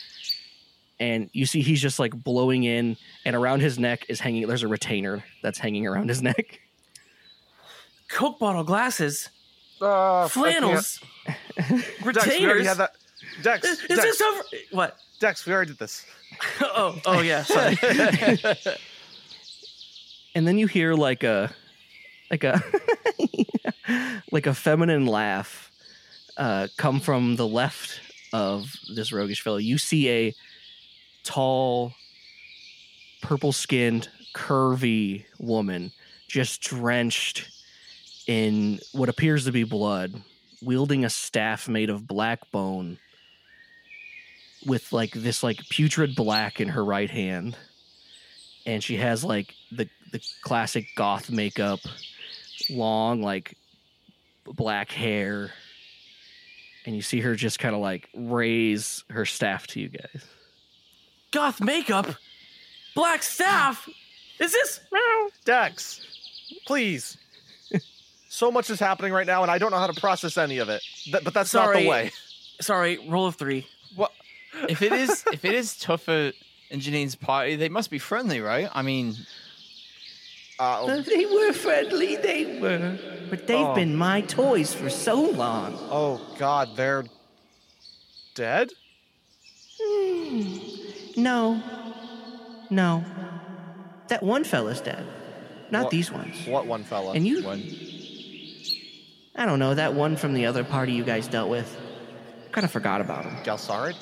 and you see he's just like blowing in and around his neck is hanging there's a retainer that's hanging around his neck
Coke bottle glasses,
Oh,
Uh,
flannels,
Dex, we already
retainers.
had that. Dex,
Is, is
Dex,
this over? What?
Dex, we already did this.
oh, oh yeah. Sorry.
and then you hear like a like a like a feminine laugh uh, come from the left of this roguish fellow you see a tall purple skinned curvy woman just drenched in what appears to be blood wielding a staff made of black bone with like this like putrid black in her right hand and she has like the the classic goth makeup, long like black hair, and you see her just kind of like raise her staff to you guys.
Goth makeup, black staff. Is this?
Dex, please. so much is happening right now, and I don't know how to process any of it. Th- but that's not
Sorry.
the way.
Sorry, roll of three.
if it is, if it is Tuffa and Janine's party, they must be friendly, right? I mean,
Uh,
They were friendly, they were, but they've
Oh. been
my toys for so long.
oh God, they're dead.
No, no, that one fella's dead, not
What?
these ones.
What one fella?
And you,
one.
I don't know, that one from the other party you guys dealt with. Kind of forgot about him.
Galsarid?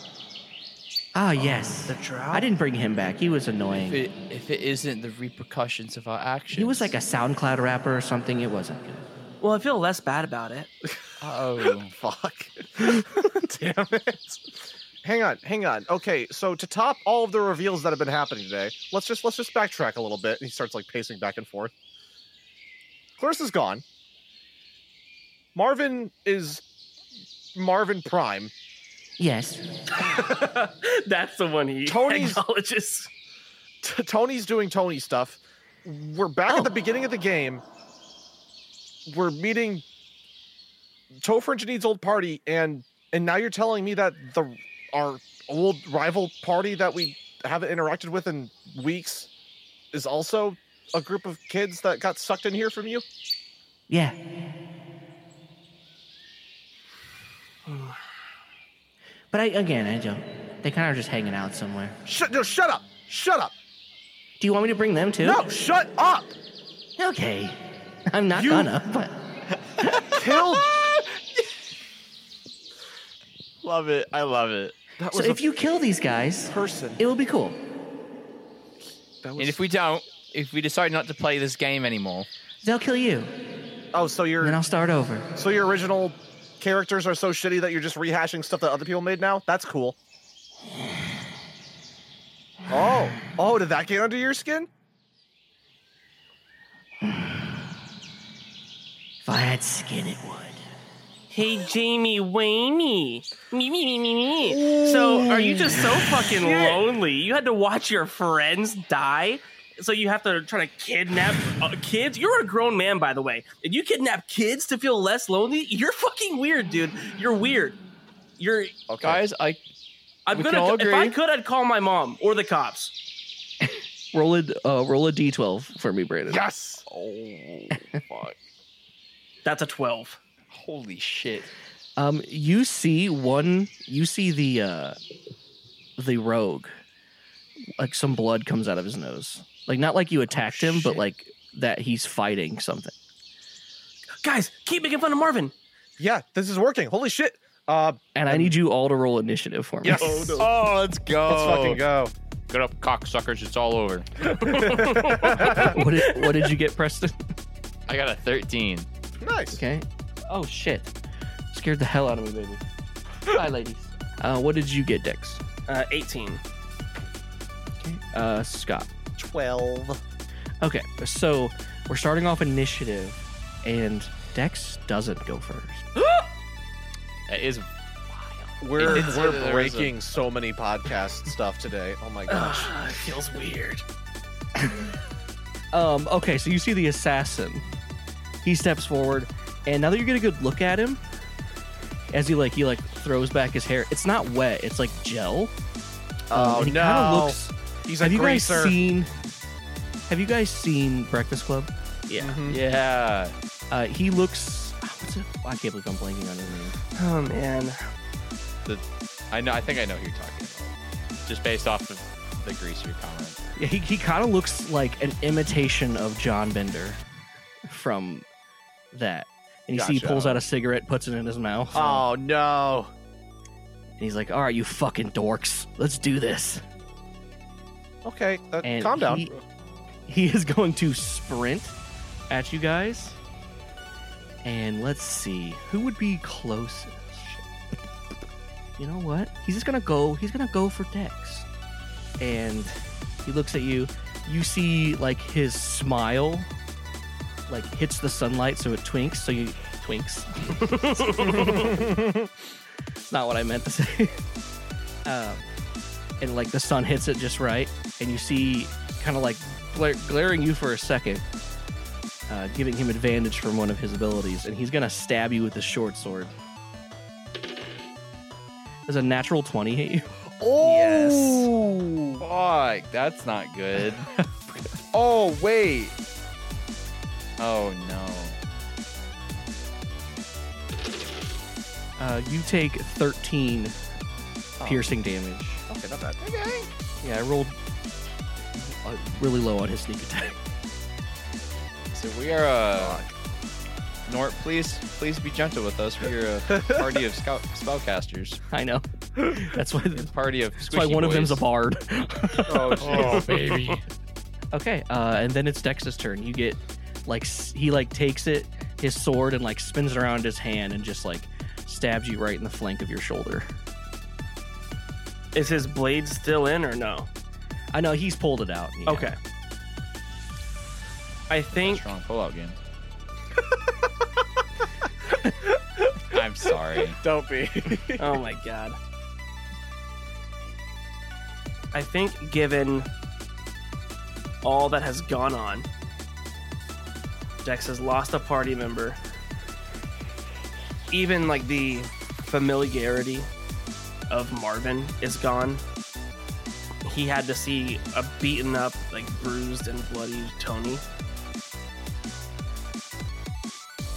Ah, yes. The
drow?
I didn't bring him back. He was
If
annoying.
it, if it isn't the repercussions of our actions,
He was like a SoundCloud rapper or something. It wasn't good.
Well, I feel less bad about it.
oh,
Fuck. Damn it. Hang on, hang on. Okay, so to top all of the reveals that have been happening today, let's just let's just backtrack a little bit. And he starts like pacing back and forth. Clarissa's gone. Marvin is Marvin Prime.
Yes.
That's the one he
Tony's-
acknowledges.
T- Tony's doing Tony stuff. We're back at the beginning of the game. We're meeting Topher and Janine's old party, and and now you're telling me that the our old rival party that we haven't interacted with in weeks is also a group of kids that got sucked in here from you.
Yeah. But I again, I don't. They kind of are just hanging out somewhere.
Shut no, shut up, shut up.
Do you want me to bring them too?
No, shut up.
Okay. I'm not
You-
gonna. But
Kill.
love it! I love it.
That
so
was
if you kill these guys,
a person.
it will be cool.
That
And
was,
if we don't, if we decide not to play this game anymore,
They'll kill you,
oh, so
and
you're
then I'll start over.
So your original characters are so shitty that you're just rehashing stuff that other people made now? That's cool. Oh, oh, did that get under your skin?
If
Flat skin it would.
Hey, Jamie, Wamey. Me, me, me, me, me. So, are you just so fucking lonely? You had to watch your friends die? So, you have to try to kidnap uh, kids? You're a grown man, by the way. If you kidnap kids to feel less lonely, you're fucking weird, dude. You're weird. You're.
Okay.
Guys, I
I'm
We
gonna.
can all
If I
agree.
could, I'd call my mom or the cops.
Roll a uh, roll a d12 for me, Brandon.
Yes.
oh fuck.
That's a 12.
Holy shit.
Um, you see one. You see the uh, the rogue. Like some blood comes out of his nose. Like not like you attacked him, but like that he's fighting something.
Guys, keep making fun of Marvin.
Yeah, this is working. Holy shit. Uh,
And I need you all to roll initiative for me.
yes.
Oh, let's go.
Let's fucking go.
Get up, cocksuckers. It's all over.
what, did, what did you get, Preston?
I got a 13.
Nice.
Okay. Oh shit! Scared the hell out of me, baby. Bye, ladies. Uh, what did you get, Dex?
Uh, 18.
Okay. Uh, Scott.
12.
Okay, so we're starting off initiative, and Dex doesn't go first.
That is
We're
It's- there was
we're
a-
breaking so many podcast stuff today. Oh my gosh.
Ugh, Ah, it feels weird.
Um, okay, so you see the assassin. He steps forward, and now that you get a good look at him, as he like he like throws back his hair. It's not wet; it's like gel. Um,
Oh,
and he kinda
no.
looks-
He's a
have you guys
greaser.
seen? Have you guys seen Breakfast Club?
Yeah.
yeah.
Uh, he looks. ah, What's it? I can't believe I'm blanking on his name.
Oh, man.
I know. I think I know who you're talking about. Just based off of the greaser comment.
Yeah, he, he kind of looks like an imitation of John Bender from that. And you see he
Gotcha.
pulls out a cigarette, puts it in his mouth,
Oh no.
and he's like, "All right, you fucking dorks, let's do this."
Okay, uh,
And
calm down.
He, he is going to sprint at you guys. And let's see who would be closest. You know what? He's just gonna go. He's gonna go for Dex. And he looks at you. You see like his smile, like hits the sunlight, so it twinks. So you twinks. It's not what I meant to say. um, and like the sun hits it just right, and you see kind of like glare, glaring you for a second, uh, giving him advantage from one of his abilities, and he's gonna stab you with his short sword. Does a natural twenty hit you?
Oh. Yes. Fuck. That's not good. oh wait. Oh no.
Uh, you take thirteen piercing damage.
Okay, not bad. Okay.
Yeah, I rolled uh, really low on his sneak attack.
So we are uh Nort, please, please be gentle with us. We are a party of scout spellcasters.
I know. That's why. That's
Party of. That's
why one of them's a bard.
Oh, jeez.
baby. Okay, uh, and then it's Dex's turn. You get like s- he like takes it, his sword, and like spins it around his hand and just like stabs you right in the flank of your shoulder.
Is his blade still in or no?
I know he's pulled it out. yeah.
Okay. I think
Strong pullout game. I'm sorry.
Don't be.
oh my god. I think given all that has gone on, Dex has lost a party member. Even like the familiarity of Marvin is gone. He had to see a beaten up, like bruised and bloody Tony.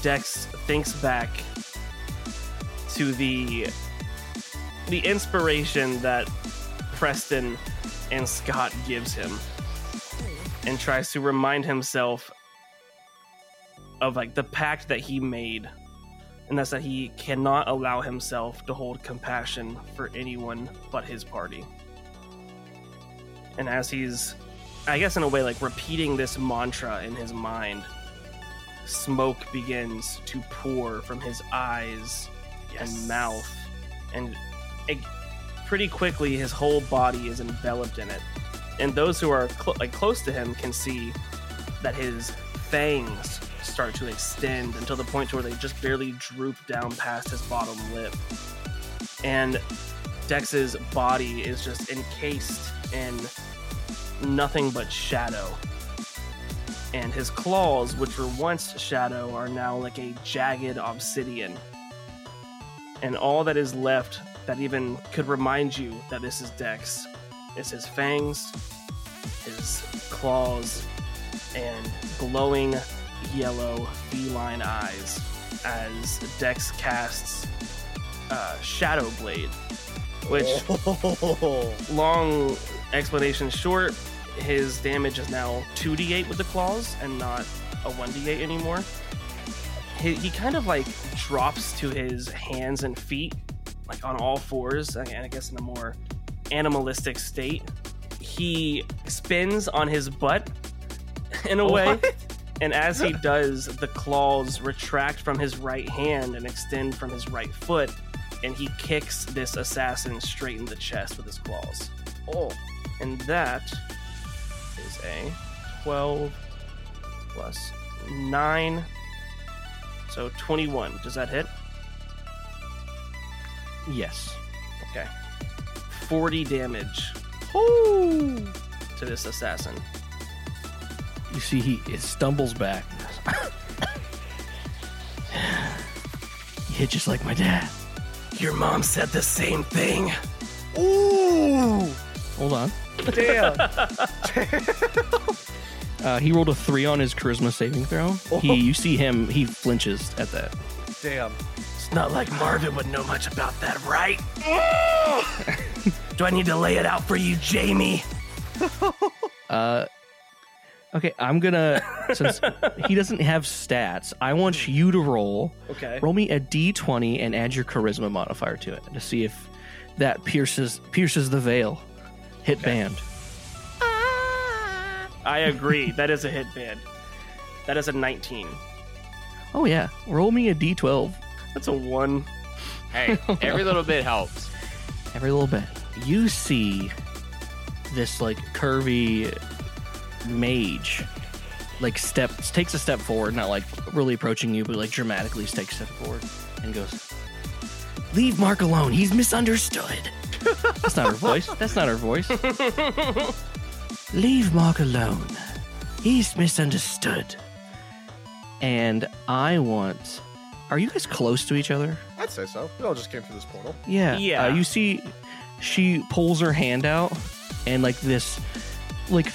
Dex thinks back to the the inspiration that Preston and Scott gives him and tries to remind himself of like the pact that he made and that's that he cannot allow himself to hold compassion for anyone but his party. And as he's I guess in a way like repeating this mantra in his mind, smoke begins to pour from his eyes and mouth, and it, pretty quickly his whole body is enveloped in it. And those who are cl- like close to him can see that his fangs start to extend until the point to where they just barely droop down past his bottom lip. And Dex's body is just encased in nothing but shadow. And his claws, which were once shadow, are now like a jagged obsidian. And all that is left that even could remind you that this is Dex is his fangs, his claws, and glowing yellow feline eyes as Dex casts uh, Shadow Blade, which, long explanation short, his damage is now 2d8 with the claws and not a 1d8 anymore. He, he kind of like drops to his hands and feet, like on all fours, and I guess in a more animalistic state. He spins on his butt in a way. And as he does, the claws retract from his right hand and extend from his right foot, and he kicks this assassin straight in the chest with his claws. Oh. And that is a 12 plus 9. So 21. Does that hit?
Yes.
Okay. 40 damage to this assassin.
You see, he it stumbles back. you hit just like my dad.
Your mom said the same thing.
Hold on.
Damn.
Uh, he rolled a three on his charisma saving throw. He, you see him, he flinches at that.
Damn.
It's not like Marvin would know much about that, right? Do I need to lay it out for you, Jamie?
Uh, okay, I'm gonna since he doesn't have stats, I want you to roll.
Okay.
Roll me a d20 and add your charisma modifier to it to see if that pierces pierces the veil. Hit band.
I agree. That is a hit band. That is a 19.
Oh yeah, roll me a d12
That's a 1.
Hey, every little bit helps.
every little bit. You see this like curvy mage like steps takes a step forward, not like really approaching you, but like dramatically takes a step forward and goes, "Leave Mark alone. He's misunderstood." That's not her voice. That's not her voice. Leave Mark alone. He's misunderstood. And I want. Are you guys close to each other?
I'd say so. We all just came through this portal.
Yeah.
Yeah.
Uh, you see, she pulls her hand out, and like this, like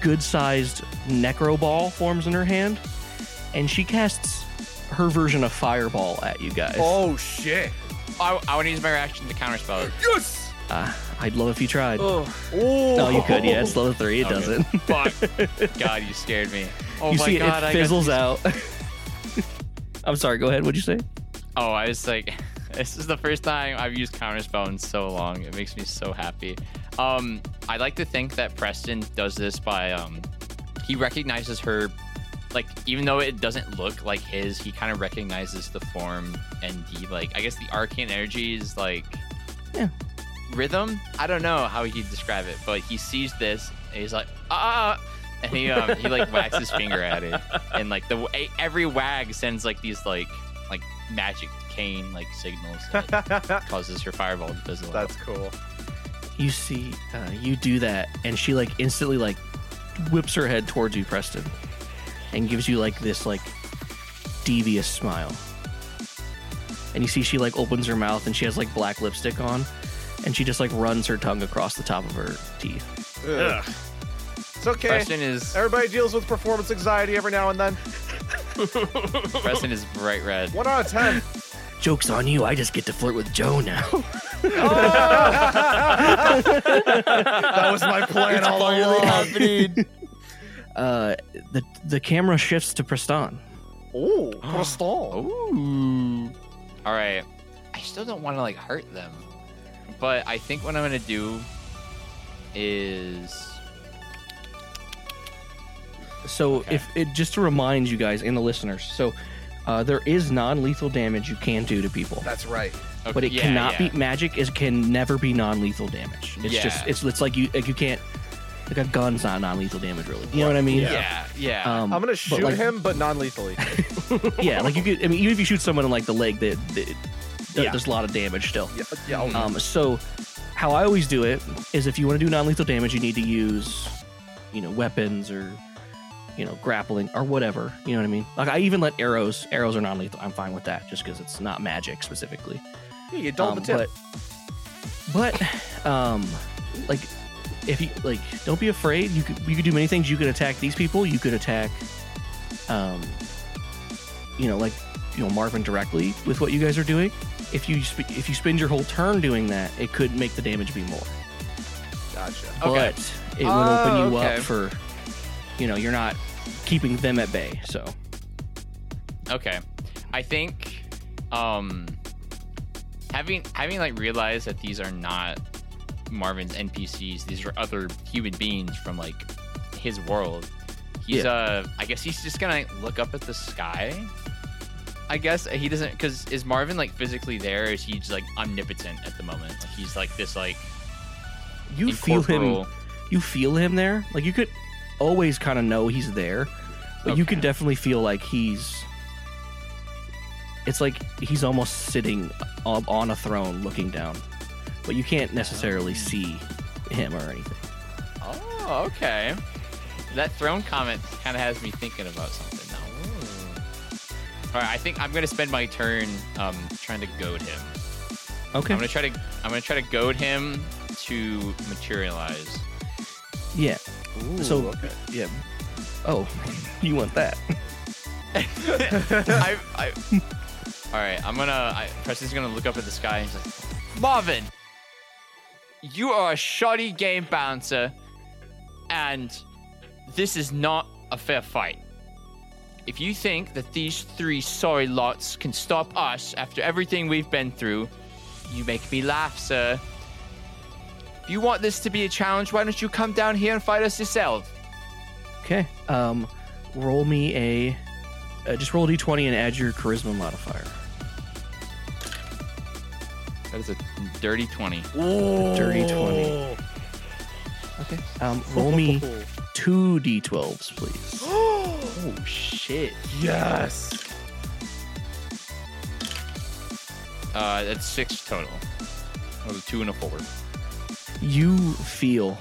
good-sized necro ball forms in her hand, and she casts her version of fireball at you guys.
Oh shit.
I, I want to use my reaction to counterspell it.
Yes.
Uh, I'd love if you tried.
Oh,
Oh.
No, you could. Yeah, it's level three. It
Okay.
doesn't.
Fuck. God, you scared me. Oh
you
my
see, it,
god,
it
I got-
fizzles out. I'm sorry. Go ahead. What'd you say?
Oh, I was like, this is the first time I've used counterspell in so long. It makes me so happy. Um, I like to think that Preston does this by um, he recognizes her, like even though it doesn't look like his, he kind of recognizes the form and the like. I guess the arcane energy is like,
Yeah.
rhythm. I don't know how he'd describe it, but he sees this and he's like, ah. And he, um, he like wags his finger at it, and like the e, every wag sends like these like like magic cane like signals that causes her fireball to fizzle. out.
That's cool.
You see, uh, you do that, and she like instantly like whips her head towards you, Preston, and gives you like this like devious smile. And you see, she like opens her mouth, and she has like black lipstick on, and she just like runs her tongue across the top of her teeth.
Ugh.
It's okay.
Preston is
Everybody deals with performance anxiety every now and then.
Preston is bright red.
One out of ten.
Jokes on you! I just get to flirt with Joe now.
That was my plan all along.
uh, the the camera shifts to Preston.
Oh, Crystal.
Ooh. All right. I still don't want to like hurt them, but I think what I'm gonna do is
So
Okay.
if it just to remind you guys and the listeners, so uh, there is non-lethal damage you can do to people.
That's right.
okay,
but it
yeah,
cannot
yeah.
be magic is can never be non-lethal damage it's
Yeah.
just it's, it's like you like you can't Like a gun's not non-lethal damage, really. You know what I mean?
Yeah, yeah.
Um,
I'm gonna
but,
shoot
like-
him, but non-lethally.
yeah, like you could. I mean, even if you shoot someone in like the leg, that that- that-
Yeah.
there's a lot of damage still.
yeah,
oh,
yeah. I'll-
Um, so how I always do it is if you want to do non-lethal damage, you need to use, you know, weapons or, you know, grappling or whatever. You know what I mean? Like I even let arrows. Arrows are non-lethal. I'm fine with that, just because it's not magic specifically.
Yeah, you dull the
Um,
tip.
But, but, um, like, if you like, don't be afraid. You could you could do many things. You could attack these people. You could attack, um, you know, like you know Marvin directly with what you guys are doing. If you sp- if you spend your whole turn doing that, it could make the damage be more.
Gotcha.
Okay.
But it would
Oh,
open you
okay.
up for, you know, you're not keeping them at bay. So
Okay. I think um having having like realized that these are not Marvin's NPCs, these are other human beings from like his world. He's uh I guess he's just gonna like, look up at the sky. I guess Uh, he doesn't because is Marvin like physically there? Or is he just like omnipotent at the moment? Like, he's like this like
you feel him.
incorporeal-
you feel him there. Like you could always kind of know he's there, but you can
Okay.
definitely feel like he's. It's like he's almost sitting on on a throne, looking down, but you can't
Um.
necessarily see him or anything.
Oh, okay. That throne comment kind of has me thinking about something now. All right, I think I'm gonna spend my turn um, trying to goad him.
Okay.
I'm gonna try to I'm gonna try to goad him to materialize.
yeah.
Ooh,
so
okay.
yeah. Oh, you want that?
I, I, all right, I'm gonna. I, Preston's gonna look up at the sky and he's like, Marvin, you are a shoddy game bouncer, and this is not a fair fight. If you think that these three sorry lots can stop us after everything we've been through, you make me laugh, sir. If you want this to be a challenge, why don't you come down here and fight us yourself?
Okay. Um, roll me a. Uh, just roll a d20 and add your charisma modifier.
That is a dirty 20.
Dirty 20. Okay. Um, roll me two d12s, please.
Oh, shit.
Yes.
Uh, that's six total. That was a two and a four.
you feel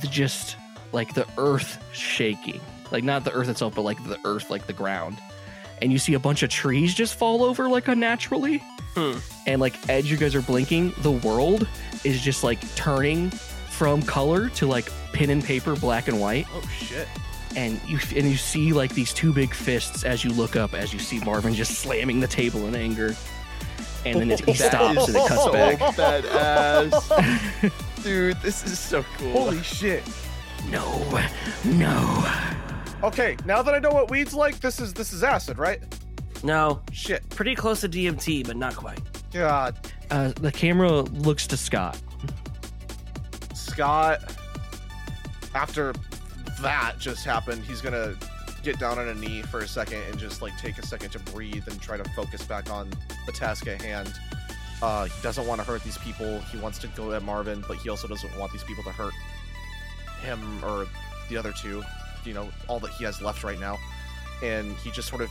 the, just like the earth shaking like not the earth itself but like the earth like the ground and you see a bunch of trees just fall over like unnaturally
Hmm.
and like as you guys are blinking the world is just like turning from color to like pen and paper black and white
Oh shit.
and you and you see like these two big fists as you look up as you see marvin just slamming the table in anger and then it, he stops and it
Oh.
cuts back
Badass. Dude, this is so cool.
Holy shit.
no no
Okay, now that I know what weeds like, this is this is acid, right?
No,
Shit.
pretty close to DMT, but not quite.
God,
Uh, the camera looks to Scott.
Scott. After that just happened, he's gonna get down on a knee for a second and just like take a second to breathe and try to focus back on the task at hand. Uh, he doesn't want to hurt these people. He wants to go at Marvin, but he also doesn't want these people to hurt him or the other two. You know, all that he has left right now. And he just sort of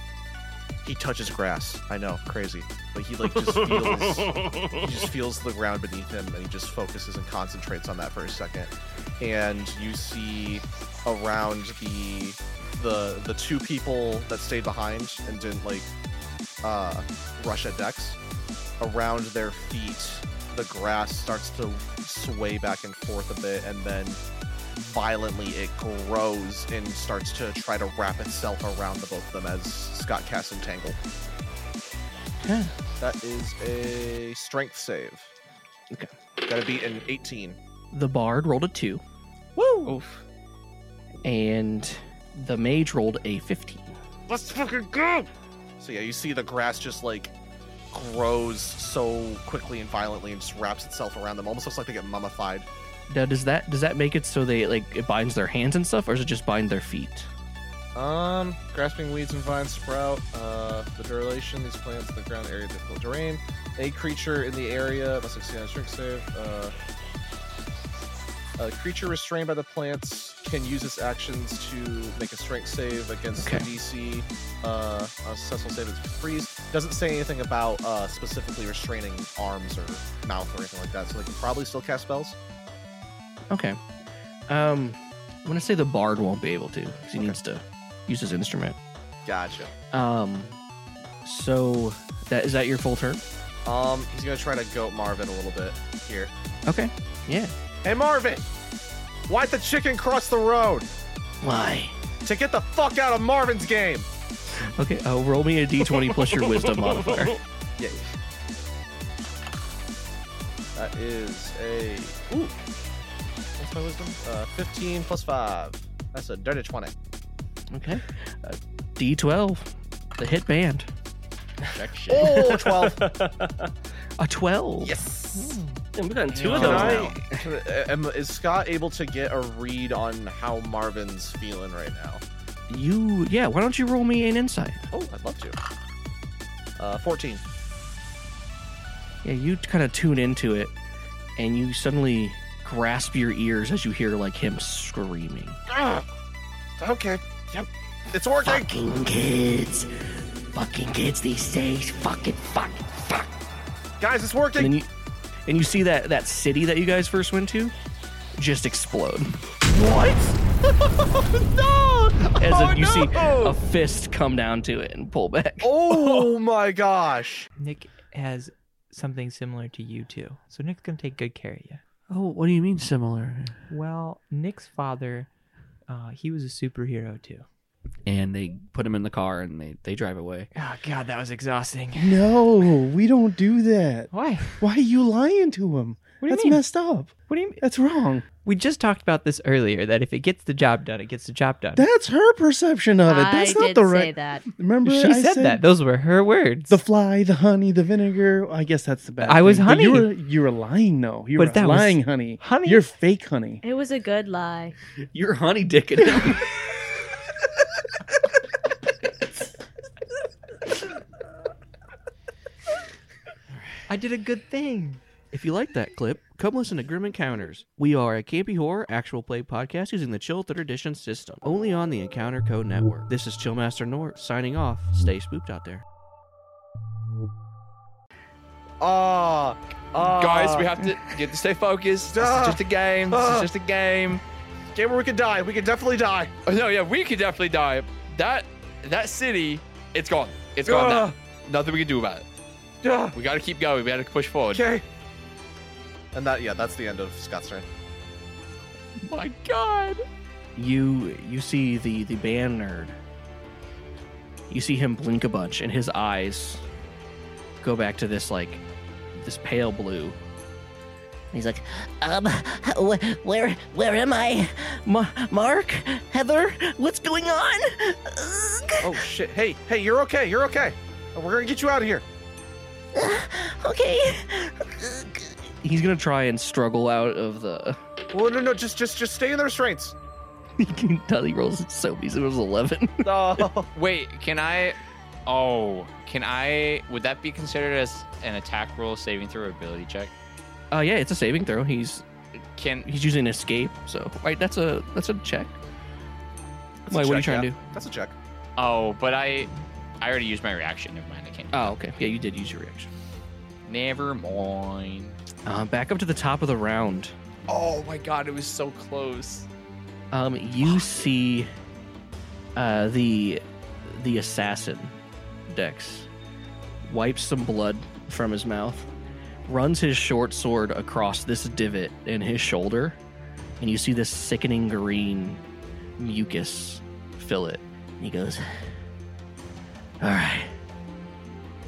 he touches grass. I know, crazy, but he like just feels he just feels the ground beneath him and he just focuses and concentrates on that for a second and you see around the the the two people that stayed behind and didn't like uh, rush at Dex around their feet the grass starts to sway back and forth a bit and then violently it grows and starts to try to wrap itself around the both of them as Scott casts Entangle
Okay.
that is a strength save.
Okay.
Gotta beat an 18.
The bard rolled a two,
Woo!
Oof.
and the mage rolled a 15.
Let's fucking go! So yeah, you see the grass just like grows so quickly and violently and just wraps itself around them. Almost looks like they get mummified.
Now, does that does that make it so they like it binds their hands and stuff, or does it just bind their feet?
Um, grasping weeds and vines sprout. Uh, the duration these plants in the ground area difficult terrain. A creature in the area must succeed on a strength save. Uh, a creature restrained by the plants can use its actions to make a strength save against the
Okay.
DC. Uh, a successful save is freeze. Doesn't say anything about uh, specifically restraining arms or mouth or anything like that, so they can probably still cast spells.
Okay. Um, I'm gonna say the bard won't be able to because he needs to use his instrument.
Gotcha.
Um, so that is that your full turn?
Um, he's gonna try to goat Marvin a little bit here.
Okay. Yeah.
Hey Marvin, why'd the chicken cross the road?
Why?
To get the fuck out of Marvin's game.
Okay. Uh, roll me a d20 plus your wisdom modifier.
Yeah. That is a ooh. What's my wisdom? Uh, fifteen plus five. That's a dirty twenty.
Okay. Uh, d12. The hit band.
Check shit.
Oh, 12.
A 12.
yes.
We've done two of
Can
those
I?
now.
can- am- is Scott able to get a read on how Marvin's feeling right now?
You. Yeah. Why don't you roll me an insight?
Oh, I'd love to. Uh, fourteen.
Yeah. You kind of tune into it, and you suddenly grasp your ears as you hear like him screaming.
Okay. Yep. It's working.
Fucking kids. Fucking kids these days. Fucking fuck. Fuck.
Guys, it's
and
working.
then you and you see that that city that you guys first went to just explode
What? no.
as
oh,
if you
no!
see a fist come down to it and pull back
Oh my gosh.
Nick has something similar to you too. So Nick's gonna take good care of you.
oh what do you mean similar
Well, Nick's father, uh, he was a superhero too.
and they put him in the car and they, they drive away.
Oh God, that was exhausting.
No, we don't do that.
Why?
Why are you lying to him?
What do you
That's
mean?
messed up.
What do you mean?
That's wrong.
We just talked about this earlier. That if it gets the job done, it gets the job done.
That's her perception of it. That's
I
not
did
the
say
right.
that.
Remember,
she
I
said, that. Those were her words.
The fly, the honey, the vinegar. I guess that's the bad.
I was
thing, but You
honey.
were, you were lying, though. You
But
were
that was-
lying, honey.
honey.
You're fake, honey.
It was a good lie.
you're honey dicking him
I did a good thing.
if you like that clip come listen to grim encounters we are a campy horror actual play podcast using the chill third edition system only on the encounter code network this is chillmaster nort signing off stay spooked out there
Ah. ah.
Guys, we have to get to stay focused. This
Ah.
is just a game. This
Ah.
is just a game.
Gamer, we could die. We could definitely die.
Oh, no, yeah, we could definitely die. That that city, it's gone. It's gone
Ah.
now. Nothing we can do about it.
Ah,
We gotta keep going. We gotta push forward.
okay. And that, yeah, that's the end of Scott's turn.
Oh My God.
you you see the the band nerd you see him blink a bunch and his eyes go back to this like this pale blue
He's like, um, wh- where, where am I? Ma- Mark, Heather, what's going on? Ugh.
Oh shit. Hey, hey, you're okay. You're okay. Oh, We're gonna get you out of here.
Okay.
he's gonna try and struggle out of the
Well, no, no, just, just, just stay in the restraints.
he can tell he rolls so easy it was 11 Oh.
No.
Wait, can I? Oh, can I? Would that be considered as an attack roll, saving throw, or ability check?
uh yeah it's a saving throw he's
Can
he's using escape so right that's a that's a check
That's a
Wait, what are you
check,
trying
yeah.
to do
That's a check.
oh, but I, I already used my reaction. Never mind. I can't.
oh okay yeah you did use your reaction
Ah. Never mind.
um, back up to the top of the round
Oh my God, it was so close.
Um, you see uh, the the assassin, Dex, wipes some blood from his mouth, runs his short sword across this divot in his shoulder, and you see this sickening green mucus fill it. And he goes, "All right,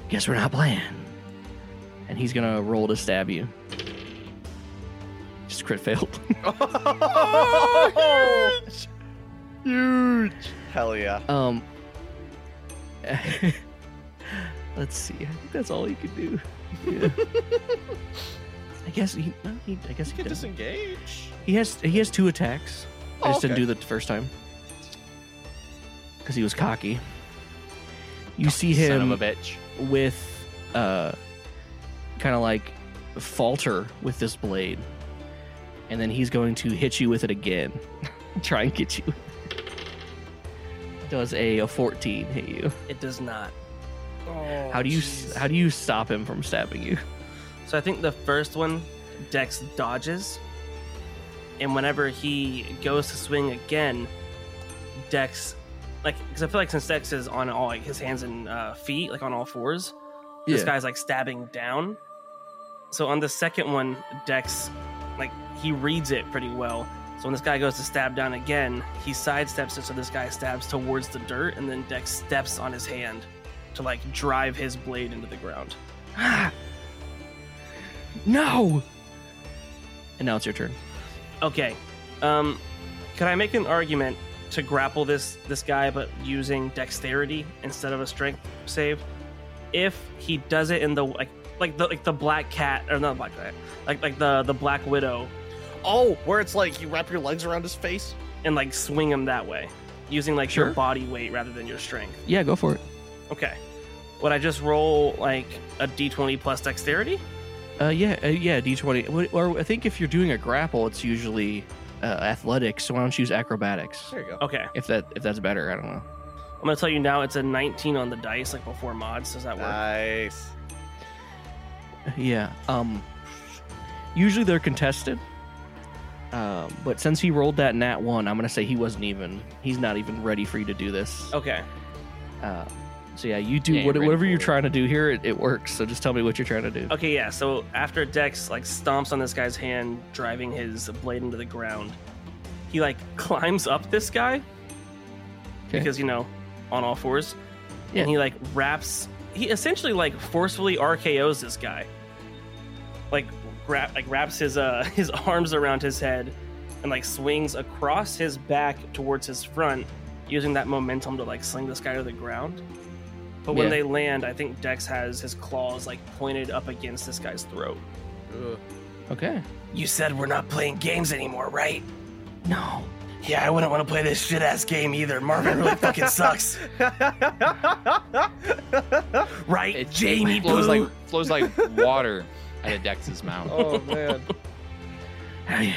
guess we're not playing." And he's gonna roll to stab you. Just crit failed.
huge. huge. Hell yeah.
Um, let's see. I think that's all he could do. Yeah. I guess he. no, he I guess
You
he,
can
does.
disengage.
He has. He has two attacks. I
Oh,
just didn't
okay.
do the first time because he was cocky. You see him
Oh, Son of a bitch.
with uh kind of like falter with this blade and then he's going to hit you with it again try and get you. Does a, a 14 hit you?
It does not. Oh,
how do you how do you stop him from stabbing you?
So I think the first one, Dex dodges, and whenever he goes to swing again, Dex, like, because I feel like since Dex is on all like his hands and uh, feet, like on all fours, this
Yeah.
guy's like stabbing down. So on the second one, Dex, like, he reads it pretty well. So when this guy goes to stab down again, he sidesteps it so this guy stabs towards the dirt, and then Dex steps on his hand to like drive his blade into the ground.
No. And now it's your turn.
Okay. Um, could I make an argument to grapple this this guy, but using dexterity instead of a strength save? If he does it in the like like the like the black cat or not black cat like like the the black widow.
Oh, where it's like you wrap your legs around his face
and like swing him that way, using like
Sure.
your body weight rather than your strength.
Yeah, go for it.
Okay. Would I just roll like a d20 plus dexterity?
Uh, yeah, uh, yeah, d20. What- Or I think if you're doing a grapple, it's usually uh, athletics. So why don't you use acrobatics?
There you go. Okay.
If that if that's better, I don't know.
I'm gonna tell you now. It's a 19 on the dice, like before mods. Does that
Oh,
work?
Nice.
Yeah. Um. Usually they're contested. Um, but since he rolled that nat one, I'm gonna say he wasn't even. He's not even ready for you to do this.
Okay.
Uh, so yeah, you do
Yeah, you're
what,
ready
whatever
for
you're
it.
trying to do here. It, it works. So just tell me what you're trying to do.
Okay, yeah. So after Dex like stomps on this guy's hand, driving his blade into the ground, he like climbs up this guy because you know on all fours,
Yeah.
and he like wraps. He essentially like forcefully RKO's this guy. Like wrap like wraps his uh his arms around his head, and like swings across his back towards his front, using that momentum to like sling this guy to the ground. But when
Yeah.
they land, I think Dex has his claws like pointed up against this guy's throat.
Okay.
You said we're not playing games anymore, right?
No.
Yeah, I wouldn't want to play this shit ass game either. Marvin really fucking sucks. right,
It
Jamie
flows
Pooh?
like flows like water out of Dex's mouth.
Oh man.
I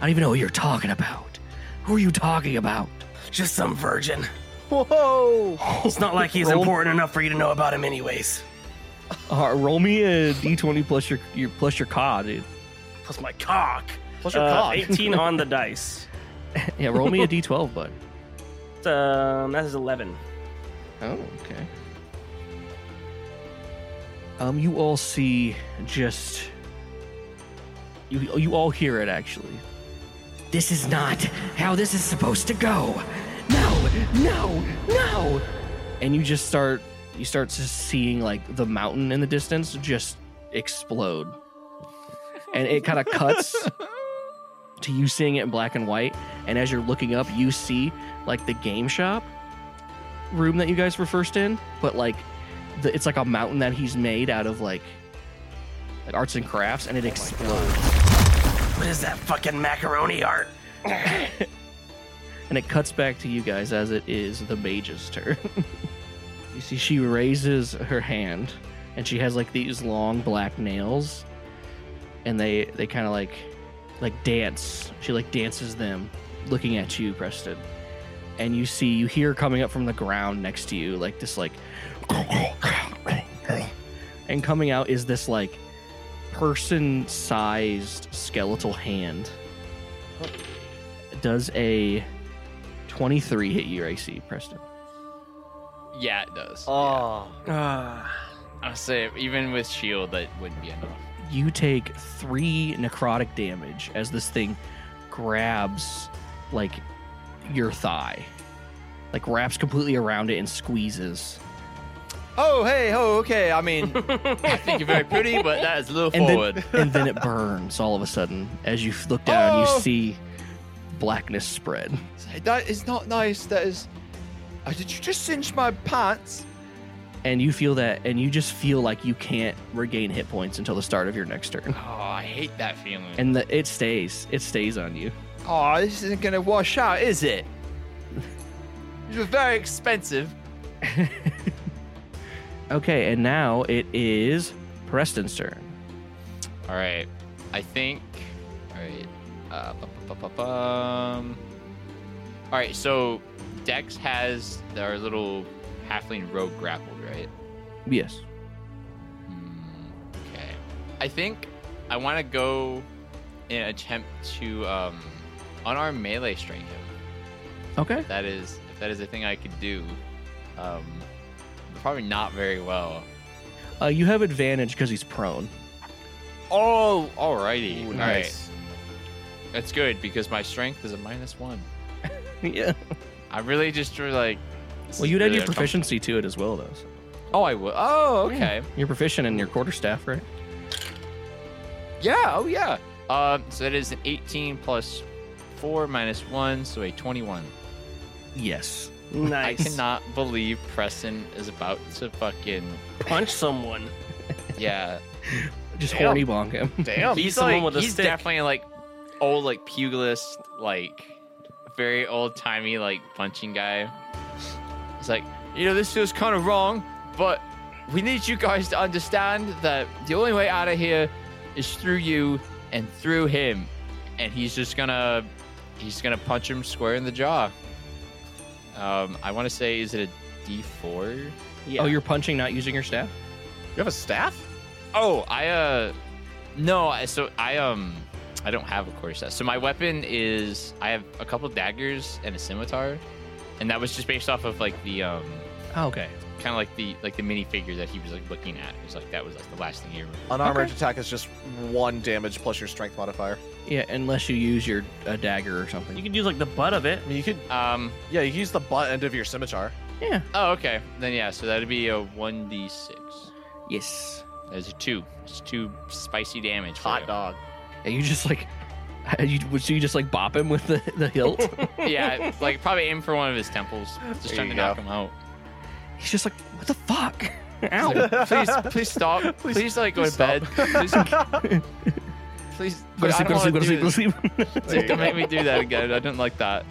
don't even know what you're talking about. Who are you talking about?
Just some virgin.
Whoa!
It's not like he's
Roll-
important enough for you to know about him, anyways.
Uh, roll me a d20 plus your, your plus your cod, dude.
Plus my cock.
Plus your
Uh,
cock.
18 on the dice.
Yeah, roll me a d12, bud.
Um, that is 11.
Oh, okay. Um, you all see just you you all hear it actually. This is not how this is supposed to go. No, no, no. And you just start you start just seeing like the mountain in the distance just explode. And it kind of cuts to you seeing it in black and white. And as you're looking up, you see like the game shop room that you guys were first in, but like the, it's like a mountain that he's made out of like like arts and crafts, and it explodes.
What is that fucking macaroni art?
And it cuts back to you guys as it is the mage's turn. you see, she raises her hand, and she has like these long black nails, and they they kind of like like dance. She like dances them, looking at you, Preston. And you see, you hear coming up from the ground next to you, like this, like, and coming out is this like person-sized skeletal hand. Does a 23 hit your AC, Preston?
Yeah, it does.
Oh.
I would say even with shield, that wouldn't be enough.
You take three necrotic damage as this thing grabs, like, your thigh, like, wraps completely around it and squeezes.
Oh hey oh okay. I mean, I think you're very pretty, but that is a little
And
forward.
then, and then it burns all of a sudden as you look down,
Oh!
you see blackness spread.
that is not nice. That is. Uh, did you just singe my pants?
And you feel that, and you just feel like you can't regain hit points until the start of your next turn.
Oh, I hate that feeling.
And the, it stays. It stays on you.
oh, this isn't gonna wash out, is it? These were very expensive.
Okay, and now it is Preston's turn.
All right. I think. All right. Uh, bu- bu- bu- bu- bum. All right, so Dex has our little halfling rogue grappled, right? Hmm,
Yes.
Okay. I think I want to go and attempt to um, unarmed melee strike him.
Okay.
If that is if that is a thing I could do. Um, probably not very well.
Uh, you have advantage because he's prone.
Oh, alrighty.
Ooh,
All
nice.
right. That's good because my strength is a minus one.
yeah.
I really just drew like. this
Well,
is
you'd add
really
your Mm.
uncomfortable.
proficiency to it as well, though. so-
Oh, I would. Oh, okay.
You're proficient in your quarterstaff, right?
Yeah. Oh, yeah. Um, so that is an 18 plus four minus one, so a 21.
Yes.
I
Nice.
cannot believe Preston is about to fucking
Punch someone.
yeah.
Just
Damn.
horny bonk him.
Damn.
Beat
He's
someone
like,
with a
he's
stick.
definitely like old like pugilist like very old timey like punching guy. It's like you know this feels kind of wrong, but we need you guys to understand that the only way out of here is through you and through him, and he's just gonna he's gonna punch him square in the jaw. Um, I want to say is it a D four?
Yeah.
Oh, you're punching, not using your staff?
You have a staff?
Oh, I uh, no. I So I um, I don't have a quarter staff. So my weapon is I have a couple daggers and a scimitar, and that was just based off of like the um,
Oh, okay.
kind of like the like the minifigure that he was like looking at. It was like that was like the last thing he remembered.
Unarmored attack is just one damage plus your strength modifier.
Yeah, unless you use your a dagger or something.
You could use like the butt of it.
I mean, you could,
Um.
yeah, you could use the butt end of your scimitar.
Yeah.
Oh, okay. Then yeah. So that'd be a one d six.
Yes.
That's a two. It's two spicy damage. for
Hot
you.
dog.
And you just like, you, would you just like bop him with the, the hilt?
yeah. Like probably aim for one of his temples. Just
There
trying
you
to
go.
knock him out.
He's just like, what the fuck?
please, please stop. Please, like go to bed. Please, please.
Go to
I
sleep,
don't
go to sleep, go to
wanna
sleep,
do
go to
this.
sleep.
There you
Don't make
go.
me do that again. I don't like that.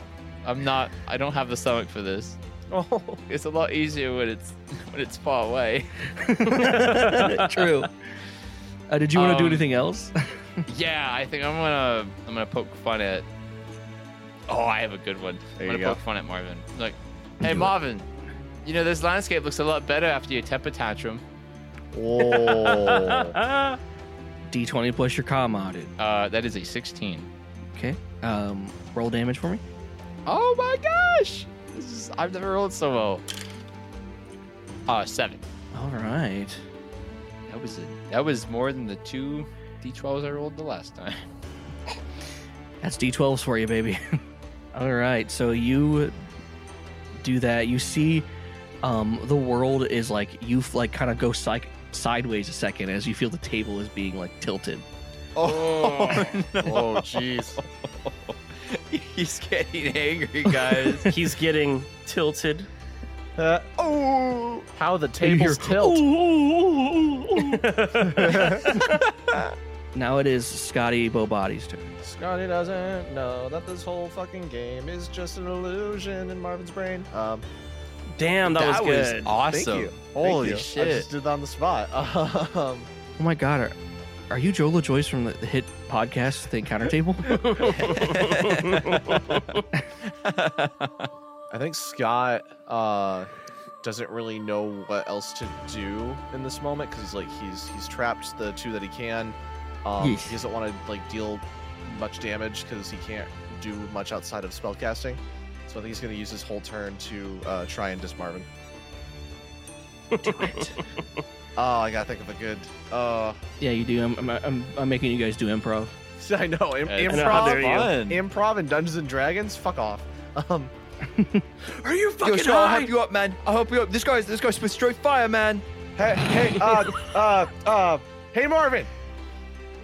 I'm not. I don't have the stomach for this.
Oh,
It's a lot easier when it's when it's far away.
True. Uh, did you want to do
Um,
anything else?
Yeah, I think I'm gonna I'm gonna poke fun at. Oh, I have a good one.
There
I'm
you
gonna
go.
poke fun at Marvin. Like, hey Marvin, you know this landscape looks a lot better after your temper tantrum.
Whoa.
Ah.
D20 plus your com modded.
Uh, that is a 16.
Okay. Um, roll damage for me.
Oh my gosh! This is, I've never rolled so well. Uh, seven.
All right.
That was it. That was more than the two d12s I rolled the last time.
That's D12s for you, baby. All right. So you do that. You see um, the world is like, you like kind of go psych- sideways a second as you feel the table is being like tilted.
Oh,
Oh, jeez.
he's getting angry, guys.
He's getting tilted.
Uh, oh, how the
And you
tables
hear,
tilt.
"Ooh, ooh, ooh, ooh, ooh." now it is Scotty Bobotty's turn.
Scotty doesn't know that this whole fucking game is just an illusion in Marvin's brain. Um,
Damn, that, was good.
awesome.
Thank you.
Holy
Thank you.
shit.
I just did that on the spot. Um,
Oh my god, are, are you Joe LaJoyce from the, the hit podcast, The Encounter Table?
I think Scott uh, doesn't really know what else to do in this moment because he's like he's he's trapped the two that he can. Um,
Yes.
He doesn't want to like deal much damage because he can't do much outside of spellcasting. So I think he's going to use his whole turn to uh, try and dis Marvin. Oh, I gotta think of a good. Uh,
yeah, you do. I'm, I'm, I'm, I'm making you guys do improv.
I know im-
That's
how
improv.
dare you.
Improv and Dungeons and Dragons. Fuck off. Um,
Are you fucking Yo, Scott, I'll help you up, man. I'll help you up. This guy's this guy's straight fire, man.
hey, hey, uh, uh, uh, hey, Marvin.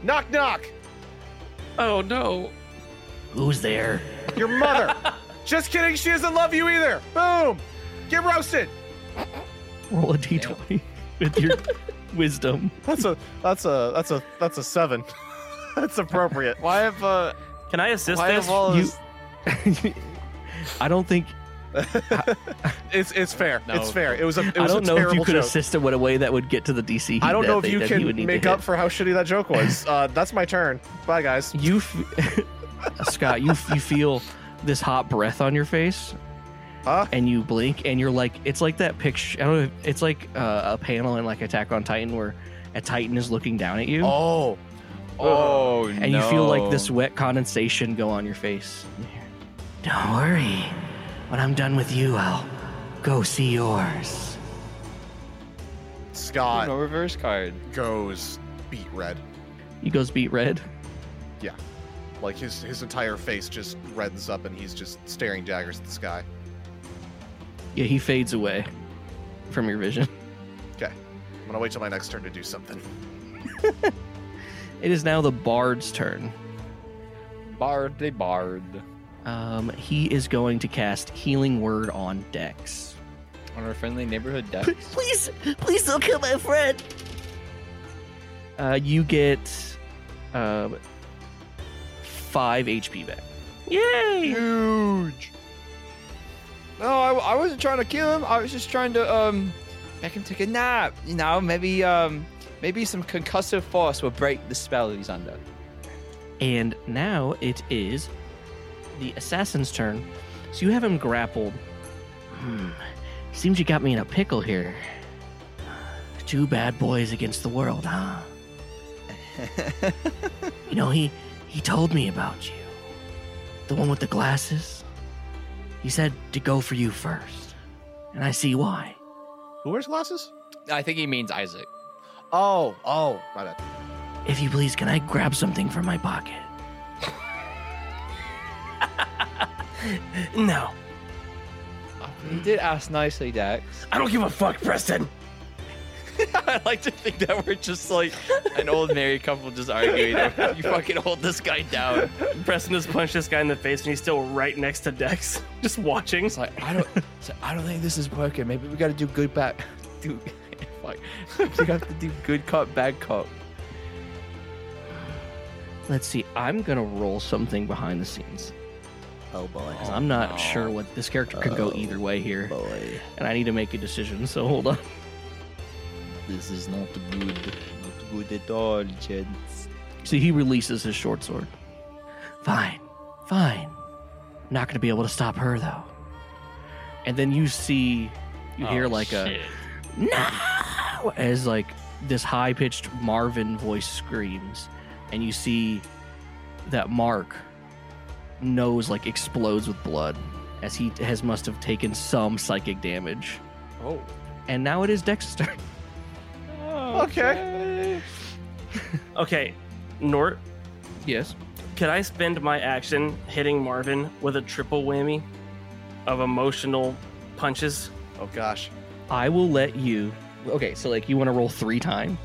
Knock, knock.
Oh no.
Who's there?
Your mother. Just kidding. She doesn't love you either. Boom. Get roasted.
Roll a d20 with your wisdom.
That's a. That's a. That's a. That's a seven. that's appropriate.
Why have uh
Can I assist
why
this?
have all
You-
this-
I don't think
It's. It's fair.
No.
It's fair. It was a. It
I
was
don't
a
know if
terrible
you could
joke.
assist him in a way that would get to the DC.
I don't
that
know if
they-
you
that he
can
would need to
make
hit.
up for how shitty that joke was. uh, that's my turn. Bye, guys.
You, f- Scott, you f- you feel this hot breath on your face, and you blink, and you're like, it's like that picture. I don't know. if- It's like uh, a panel in like Attack on Titan where a Titan is looking down at you.
Oh, oh,
and you feel like this
no.
wet condensation go on your face.
Don't worry. When I'm done with you, I'll go see yours.
Scott
No reverse card.
goes beat red.
He goes beat red.
Yeah. Like his his entire face just reddens up and he's just staring daggers at the sky.
Yeah, he fades away from your vision.
Okay. I'm gonna wait till my next turn to do something.
It is now the bard's turn.
Bard, they bard.
Um, he is going to cast Healing Word on Dex.
On our friendly neighborhood Dex.
Please, please don't kill my friend.
Uh, you get uh, five HP back.
Yay!
Huge. No, I, I wasn't trying to kill him. I was just trying to um make him take a nap. You know, maybe um maybe some concussive force will break the spell he's under.
And now it is the assassin's turn. So you have him grappled.
Hmm. Seems you got me in a pickle here. Two bad boys against the world, huh? you know, he he told me about you. The one with the glasses. He said to go for you first. And I see why.
Who wears glasses?
I think he means Isaac.
Oh, oh, my bad.
If you please, can I grab something from my pocket?
No.
He did ask nicely, Dex.
I don't give a fuck, Preston.
I like to think that we're just like an old married couple just arguing. over, you fucking hold this guy down.
Preston just punched this guy in the face, and he's still right next to Dex, just watching.
It's like I don't. it's like, I don't think this is working. Maybe we got to do good back. Do fuck. We have to do good cop, bad cop.
Let's see. I'm gonna roll something behind the scenes
Oh boy.
'cause I'm not sure what this character could go either way here,
Boy.
and I need to make a decision. So hold on.
This is not good. Not good at all, gents.
So he releases his short sword.
Fine, fine. Not gonna be able to stop her though.
and then you see you hear
Oh,
like
shit.
a no as like this high pitched Marvin voice screams and you see that Mark nose like explodes with blood as he has must have taken some psychic damage.
Oh.
And now it is Dex's turn.
Okay.
Okay, Nort,
Yes.
could I spend my action hitting Marvin with a triple whammy of emotional punches?
Oh gosh.
I will let you Okay, so like you want to roll three time.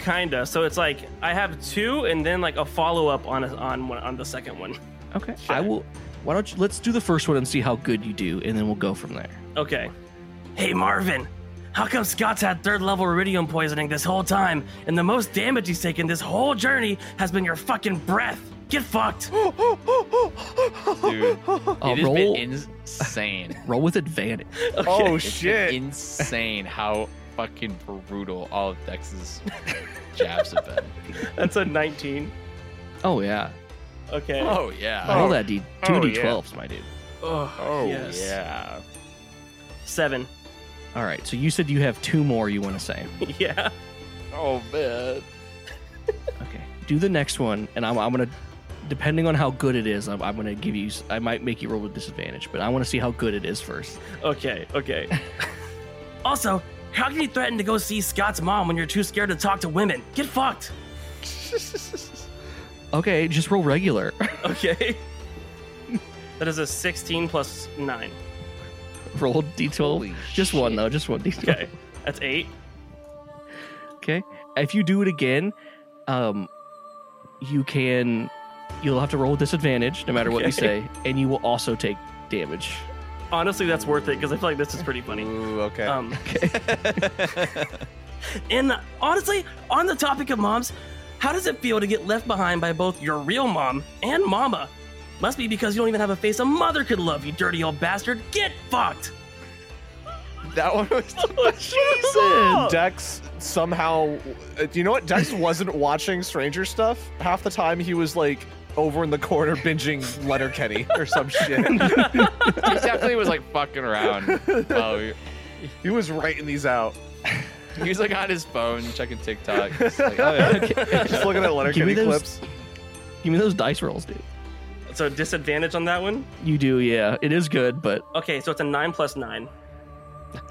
Kinda. So it's like I have two, and then like a follow up on on one, on the second one.
Okay. I will why don't you let's do the first one and see how good you do and then we'll go from there.
Okay. Hey Marvin, how come Scott's had third level iridium poisoning this whole time, and the most damage he's taken this whole journey has been your fucking breath? Get fucked.
Dude,
Uh,
it has been
roll-
insane.
Roll with advantage.
Oh
It's been
shit.
insane how fucking brutal all of Dex's jabs have been.
That's a 19.
Oh yeah.
Okay.
Oh yeah.
Roll that D two
oh,
D
yeah.
twelves, my dude.
Oh, yes.
yeah.
Seven.
All right, so you said you have two more you want to say.
yeah.
Oh man.
Okay. Do the next one, and I'm, I'm going to, depending on how good it is, I'm, I'm going to give you, I might make you roll with disadvantage, but I want to see how good it is first.
Okay. Okay. also, how can you threaten to go see Scott's mom when you're too scared to talk to women? Get fucked.
Okay, just roll regular.
Okay. that is a 16 plus nine.
roll D12. just one, though, just one D12.
Okay. That's eight.
Okay. If you do it again, um, you can, you'll have to roll with disadvantage no matter what you
Okay.
say, and you will also take damage.
Honestly, that's worth it because I feel like this is pretty funny.
Ooh, okay.
Um, and honestly, on the topic of moms, how does it feel to get left behind by both your real mom and mama? Must be because you don't even have a face a mother could love, you dirty old bastard. Get fucked!
That one was
Jesus!
Dex somehow. uh, Do you know what? Dex wasn't watching Stranger Stuff half the time. He was like over in the corner binging Letterkenny or some shit.
He definitely was like fucking around. Oh, he,
he was writing these out.
he was like on his phone checking TikTok. Just, like, oh, yeah, okay.
Just looking at Letterkenny
those-
clips.
Give me those dice rolls, dude.
So disadvantage on that one.
You do, yeah. It is good, but
Okay, so it's a nine plus nine.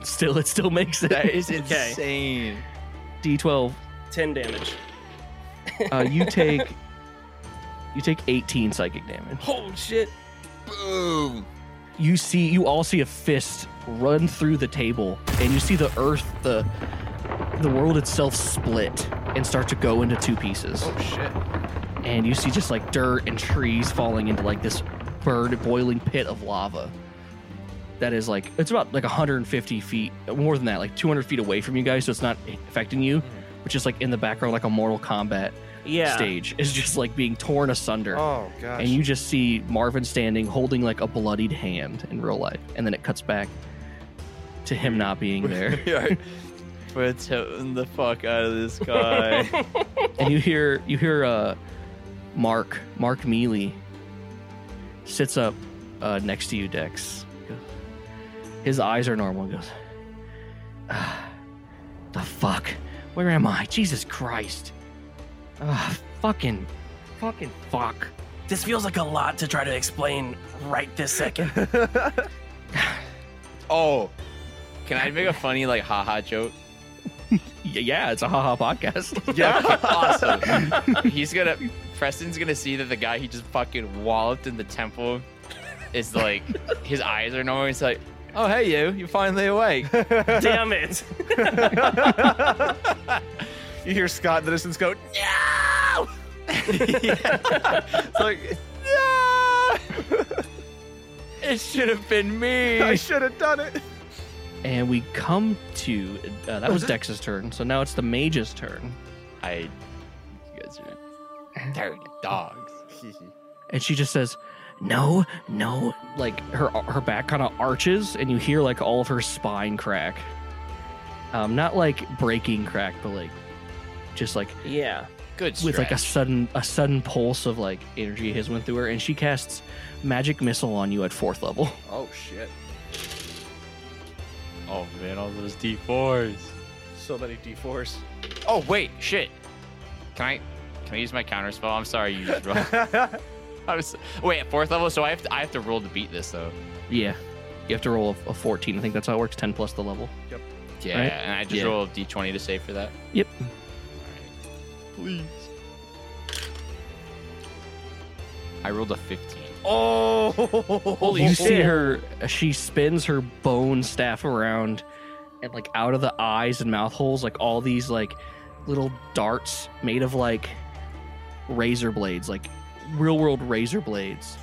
still, it still makes it.
That is
Okay.
insane.
D12.
Ten damage.
Uh, you take. You take 18 psychic damage.
Oh shit!
Boom.
you see you all see a fist run through the table and you see the earth the the world itself split and start to go into two pieces
Oh shit.
and you see just like dirt and trees falling into like this bird boiling pit of lava that is like it's about like 150 feet more than that like 200 feet away from you guys so it's not affecting you
Mm-hmm.
but just like in the background like a mortal kombat
Yeah.
stage is just like being torn asunder
Oh gosh.
and you just see Marvin standing holding like a bloodied hand in real life, and then it cuts back to him not being there,
You're toting the fuck out of this guy.
and you hear you hear uh, Mark Mark Mealy sits up uh, next to you, Dex. His eyes are normal. He goes, "Ah, "The fuck? Where am I? Jesus Christ! Ah, fucking, fucking fuck!"
This feels like a lot to try to explain right this second.
oh. Can I make a funny like haha joke?
Y- Yeah, it's a haha podcast.
Yeah. awesome. He's gonna Preston's gonna see that the guy he just fucking walloped in the temple is like his eyes are normal. He's like, Oh hey you, you're finally awake.
Damn it!
You hear Scott in the distance go, no! it's like,
no! it should have been
I
me.
should have done it.
And we come to uh, that was Dex's turn, so now it's the mage's turn,
I you guys are dirty dogs.
and she just says, "No, no!" Like her her back kind of arches, and you hear like all of her spine crack. Um, not like breaking crack, but like just like
yeah.
Good
with like a
stretch.
sudden a sudden pulse of like energy has went through her, and she casts magic missile on you at fourth level.
Oh shit.
Oh man, all those D4s.
So many D4s.
Oh wait, shit. Can I can I use my counter spell? I'm sorry you just rolled. I was wait at fourth level, so I have to I have to roll to beat this though.
Yeah, you have to roll a, a fourteen. I think that's how it works. Ten plus the level.
Yeah,
Right?
and I just
Yeah.
roll a d20 to save for that.
Yep.
Please. I rolled a 15.
Oh,
you see her she spins her bone staff around and like out of the eyes and mouth holes like all these like little darts made of like razor blades like real world razor blades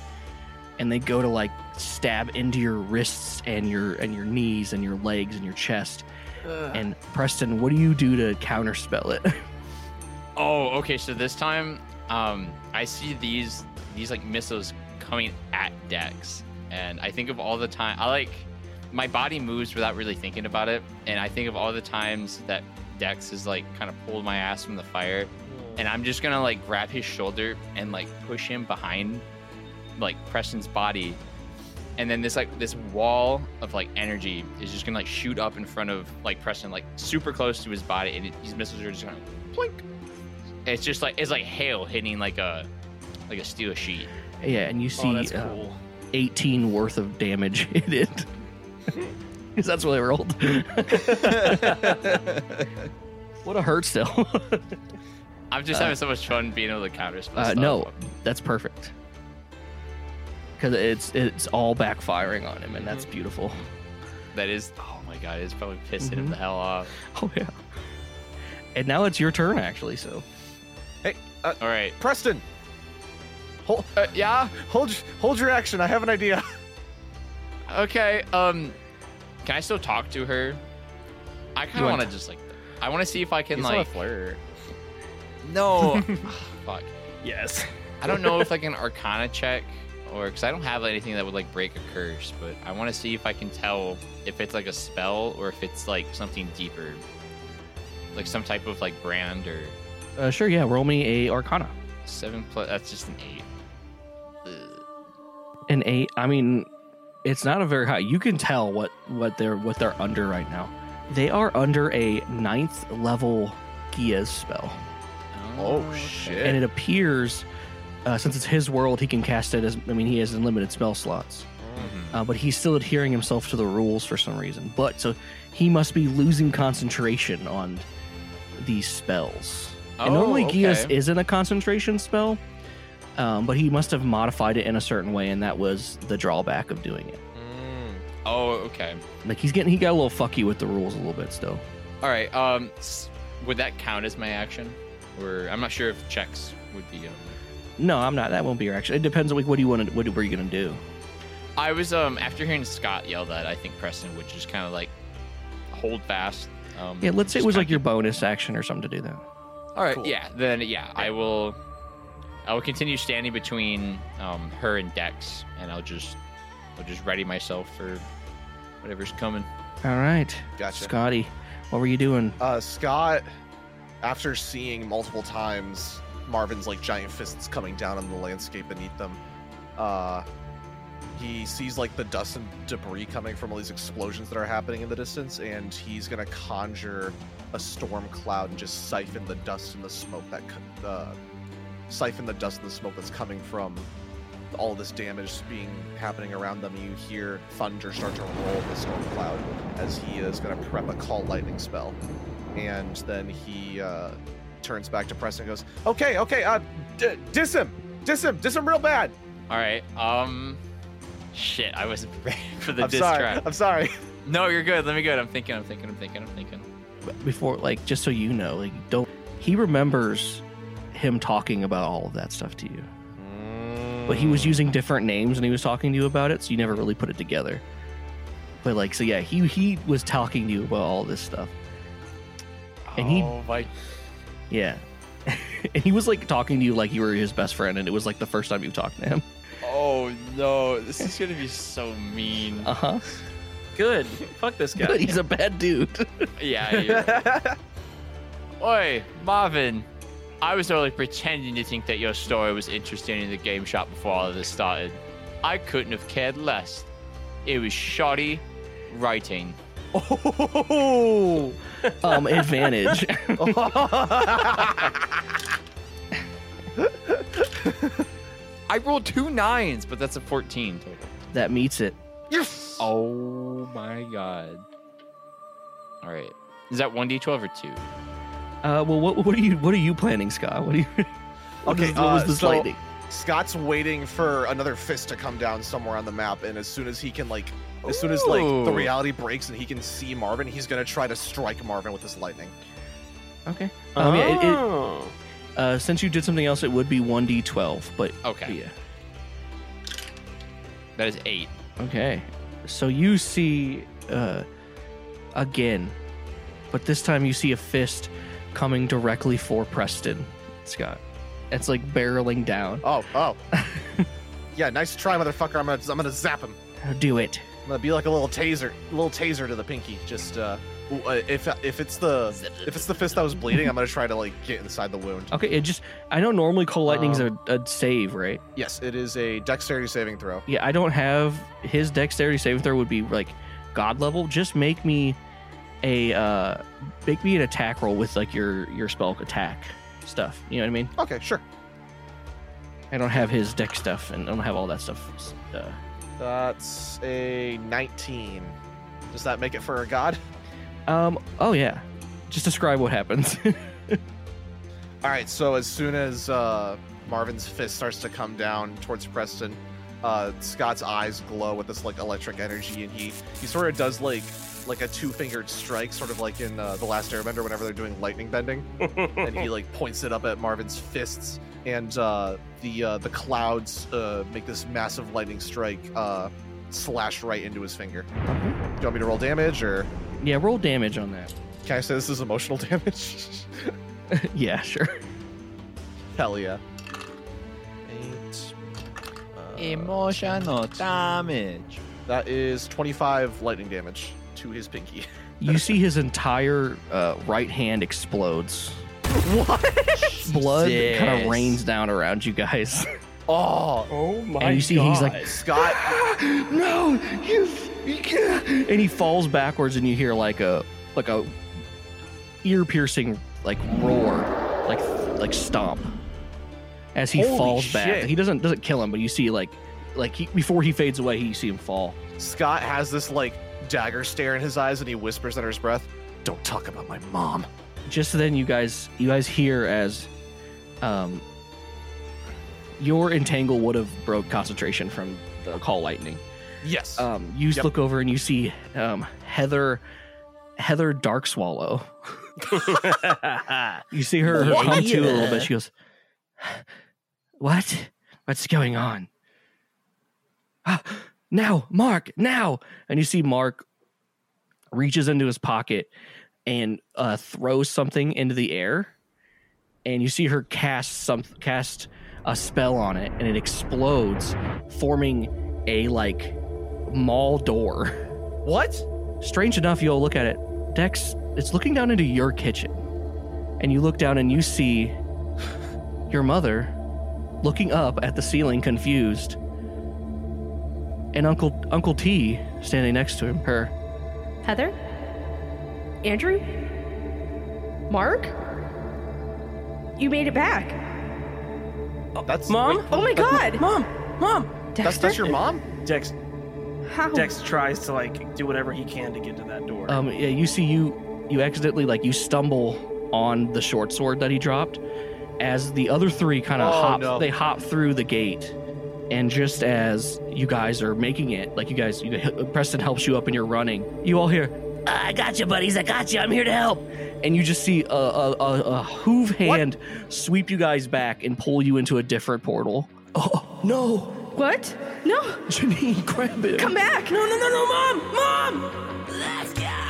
and they go to like stab into your wrists and your and your knees and your legs and your chest and preston what do you do to counterspell it
Oh, okay. So this time, um, I see these these like missiles coming at Dex, and I think of all the time. I like my body moves without really thinking about it, and I think of all the times that Dex has like kind of pulled my ass from the fire, and I'm just gonna like grab his shoulder and like push him behind like Preston's body, and then this like this wall of like energy is just gonna like shoot up in front of like Preston, like super close to his body, and it, these missiles are just gonna plink. It's just like it's like hail hitting like a like a steel sheet.
yeah and you see
oh, that's
uh,
cool.
18 worth of damage in it because that's what I rolled. what a hurt still.
I'm just having so much fun being able to counter spell.
uh,
stuff.
no, that's perfect because it's it's all backfiring on him, and that's beautiful.
that is. Oh my god, it's probably pissing him
Mhm.
the hell off.
Oh yeah. And now it's your turn, actually. So
All right.
Preston,
Uh, yeah.
hold hold your action. I have an idea.
Okay. Um, can I still talk to her? I kind
You
of
want-
want to just like. I want to see if I can
He's not a
like flirt. No. Ah, Fuck.
Yes.
I don't know if like an Arcana check or because I don't have anything that would like break a curse, but I want to see if I can tell if it's like a spell or if it's like something deeper, like some type of like brand or
uh, sure, yeah. Roll me a Arcana.
seven plus. That's just an eight.
an eight. I mean, it's not a very high. You can tell what what they're what they're under right now. They are under a ninth level Gia's spell,
Oh, shit.
and it appears uh, since it's his world, he can cast it as. I mean, he has unlimited spell slots,
Mm-hmm.
uh, but he's still adhering himself to the rules for some reason. But so he must be losing concentration on these spells. and
Oh,
normally, Gia's
okay.
isn't a concentration spell, um, but he must have modified it in a certain way, and that was the drawback of doing it.
Oh, okay.
Like he's getting, he got a little fucky with the rules a little bit still.
All right. Um, s- would that count as my action? Or I'm not sure if checks would be. Um,
No, I'm not. That won't be your action. It depends on like what do you want to, what were you gonna do?
I was um after hearing Scott yell that, I think Preston would just kind of like hold fast. Um,
Yeah, let's say it
just
was
kinda
like your bonus action or something to do that.
All right, yeah. Then yeah, I will. I will continue standing between um, her and Dex, and I'll just, I'll just ready myself for whatever's coming.
All right,
Gotcha.
Scotty. What were you doing?
Uh, Scott, after seeing multiple times Marvin's like giant fists coming down on the landscape beneath them, uh, he sees like the dust and debris coming from all these explosions that are happening in the distance, and he's gonna conjure a storm cloud and just siphon the dust and the smoke that co- uh, siphon the dust and the smoke that's coming from all this damage being happening around them. You hear thunder start to roll the storm cloud as he is going to prep a call lightning spell, and then he uh, turns back to Preston and goes, "Okay, okay, uh, d- diss him, diss him, diss him real bad."
All right. Um, shit, I wasn't prepared for the
I'm
diss
sorry.
track.
I'm sorry.
No, you're good. Let me go. I'm thinking. I'm thinking. I'm thinking. I'm thinking.
before like just so you know like don't he remembers him talking about all of that stuff to you but he was using different names and he was talking to you about it so you never really put it together but like so yeah he he was talking to you about all this stuff and he
Oh my.
yeah and he was like talking to you like you were his best friend and it was like the first time you talked to him
Oh no, this is gonna be so mean.
uh-huh
Good. Fuck this guy.
he's a bad dude
Yeah. You're Oi, Marvin. I was only pretending to think that your story was interesting in the game shop before all of this started. I couldn't have cared less. It was shoddy writing.
oh um advantage
I rolled two nines, but that's a 14 total.
that meets it
Yes! Oh my god. All right. Is that 1d12 or 2?
uh well what what are you what are you planning scott what are you what
okay,
is- what was
uh,
this
so
lightning
Scott's waiting for another fist to come down somewhere on the map, and as soon as he can like, as soon as like the
Ooh.
reality breaks and he can see Marvin, he's gonna try to strike Marvin with his lightning.
Okay. Um, yeah, it- it-
Ah.
uh, since you did something else, it would be 1d12, but.
Okay.
Yeah.
That is 8.
Okay. So you see, uh, again, but this time you see a fist coming directly for Preston, Scott. It's like barreling down.
Oh, oh. yeah, nice try, motherfucker. I'm gonna, I'm gonna zap him.
Do it.
I'm gonna be like a little taser, a little taser to the pinky. Just uh, w- uh, if if it's the if it's the fist that was bleeding, I'm gonna try to like get inside the wound.
Okay, it just. I know normally Cold Lightning's a, a save, right?
Yes, it is a dexterity saving throw.
Yeah, I don't have. His dexterity saving throw would be like god level. Just make me a. Uh, make me an attack roll with like your, your spell attack stuff. You know what I mean?
Okay, sure.
I don't have his deck stuff, and I don't have all that stuff. Uh,
That's a 19. Does that make it for a god?
um. Oh yeah. Just describe what happens.
All right. So as soon as uh, Marvin's fist starts to come down towards Preston, uh, Scott's eyes glow with this like electric energy, and he he sort of does like like a two-fingered strike, sort of like in uh, the Last Airbender whenever they're doing lightning bending, and he like points it up at Marvin's fists, and uh, the uh, the clouds uh, make this massive lightning strike uh, slash right into his finger. Do you want me to roll damage, or
yeah. Roll damage on that.
can I say this is emotional damage?
yeah. Sure.
Hell yeah.
Emotional damage.
That is 25 lightning damage to his pinky.
You see his entire uh, right hand explodes.
What?
Blood kind of
Yes.
rains down around you guys.
Oh,
oh my
and you see he's like,
Scott,
no, you, you can't. and he falls backwards, and you hear like a like a ear piercing like roar, like like stomp as he
Holy
falls back.
shit.
He doesn't doesn't kill him, but you see like like he, before he fades away, you see him fall.
Scott has this like dagger stare in his eyes, and he whispers under his breath, "Don't talk about my mom."
just then you guys you guys hear as um your entangle would have broke concentration from the call lightning
Yes.
um you
Yep.
look over and you see um heather heather dark swallow
Oh.
you see her, her come to a little bit she goes what what's going on ah, now mark now and you see mark reaches into his pocket and uh, throws something into the air, and you see her cast some cast a spell on it, and it explodes, forming a like mall door.
What?
Strange enough, you'll look at it, Dex. It's looking down into your kitchen, and you look down and you see your mother looking up at the ceiling, confused, and Uncle Uncle T standing next to him. Her.
Heather? Andrew? Mark? You made it back.
That's
mom.
Oh my god!
Mom! Mom!
Dexter?
Dex.
How?
Dex tries to like do whatever he can to get to that door.
Um, yeah, you see you you accidentally like you stumble on the short sword that he dropped as the other three kind
Oh,
of hop
no.
they hop through the gate and just as you guys are making it like you guys you, uh, Preston helps you up and you're running you all hear "Ah, I got you buddies I got you I'm here to help and you just see a a, a, a hoove hand sweep you guys back and pull you into a different portal oh no
What? No!
Janine grab it
Come back!
No, no, no, no, mom! Mom!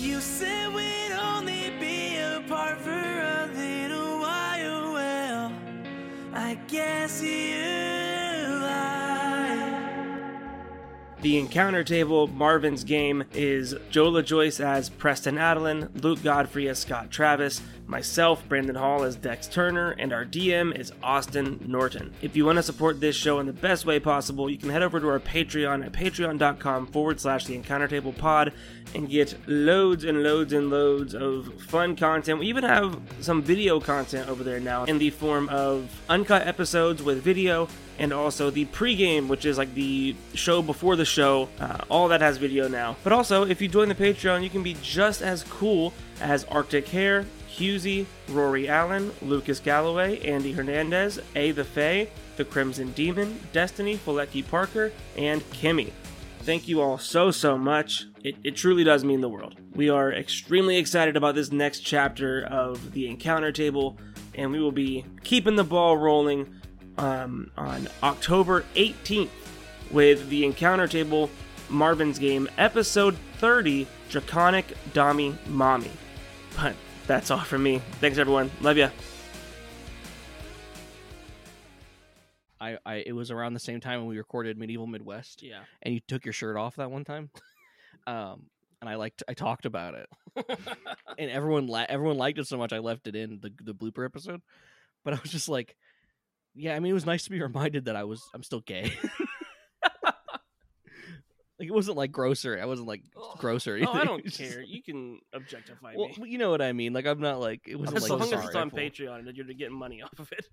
You said we'd only be apart for a little while. Well, I guess you lied.
The encounter table, Marvin's game, is Jola Joyce as Preston Adelin, Luke Godfrey as Scott Travis, myself, Brandon Hall, as Dex Turner, and our DM is Austin Norton. If you want to support this show in the best way possible, you can head over to our Patreon at patreon.com forward slash the encounter table pod and get loads and loads and loads of fun content. We even have some video content over there now in the form of uncut episodes with video and also the pregame, which is like the show before the show. Uh, all that has video now. But also, if you join the Patreon, you can be just as cool as Arctic Hair, Husey, Rory Allen, Lucas Galloway, Andy Hernandez, A. The Fae, The Crimson Demon, Destiny, Folecki Parker, and Kimmy. Thank you all so, so much. It, it truly does mean the world. We are extremely excited about this next chapter of the encounter table, and we will be keeping the ball rolling um, on October 18th with the Encounter Table Marvin's Game, Episode 30 Draconic Dami Mommy. But that's all from me. Thanks, everyone. Love ya.
I, I it was around the same time when we recorded medieval midwest
yeah
and you took your shirt off that one time um and i liked i talked about it and everyone la- everyone liked it so much i left it in the, the blooper episode but i was just like yeah i mean it was nice to be reminded that i was i'm still gay like it wasn't like grosser i wasn't like gross or
Oh,
anything
I don't
It's just-
care. You can objectify
well,
me.
you know what i mean like i'm not like it wasn't
As
like
long as it's on
sorrowful.
Patreon and you're getting money off of it.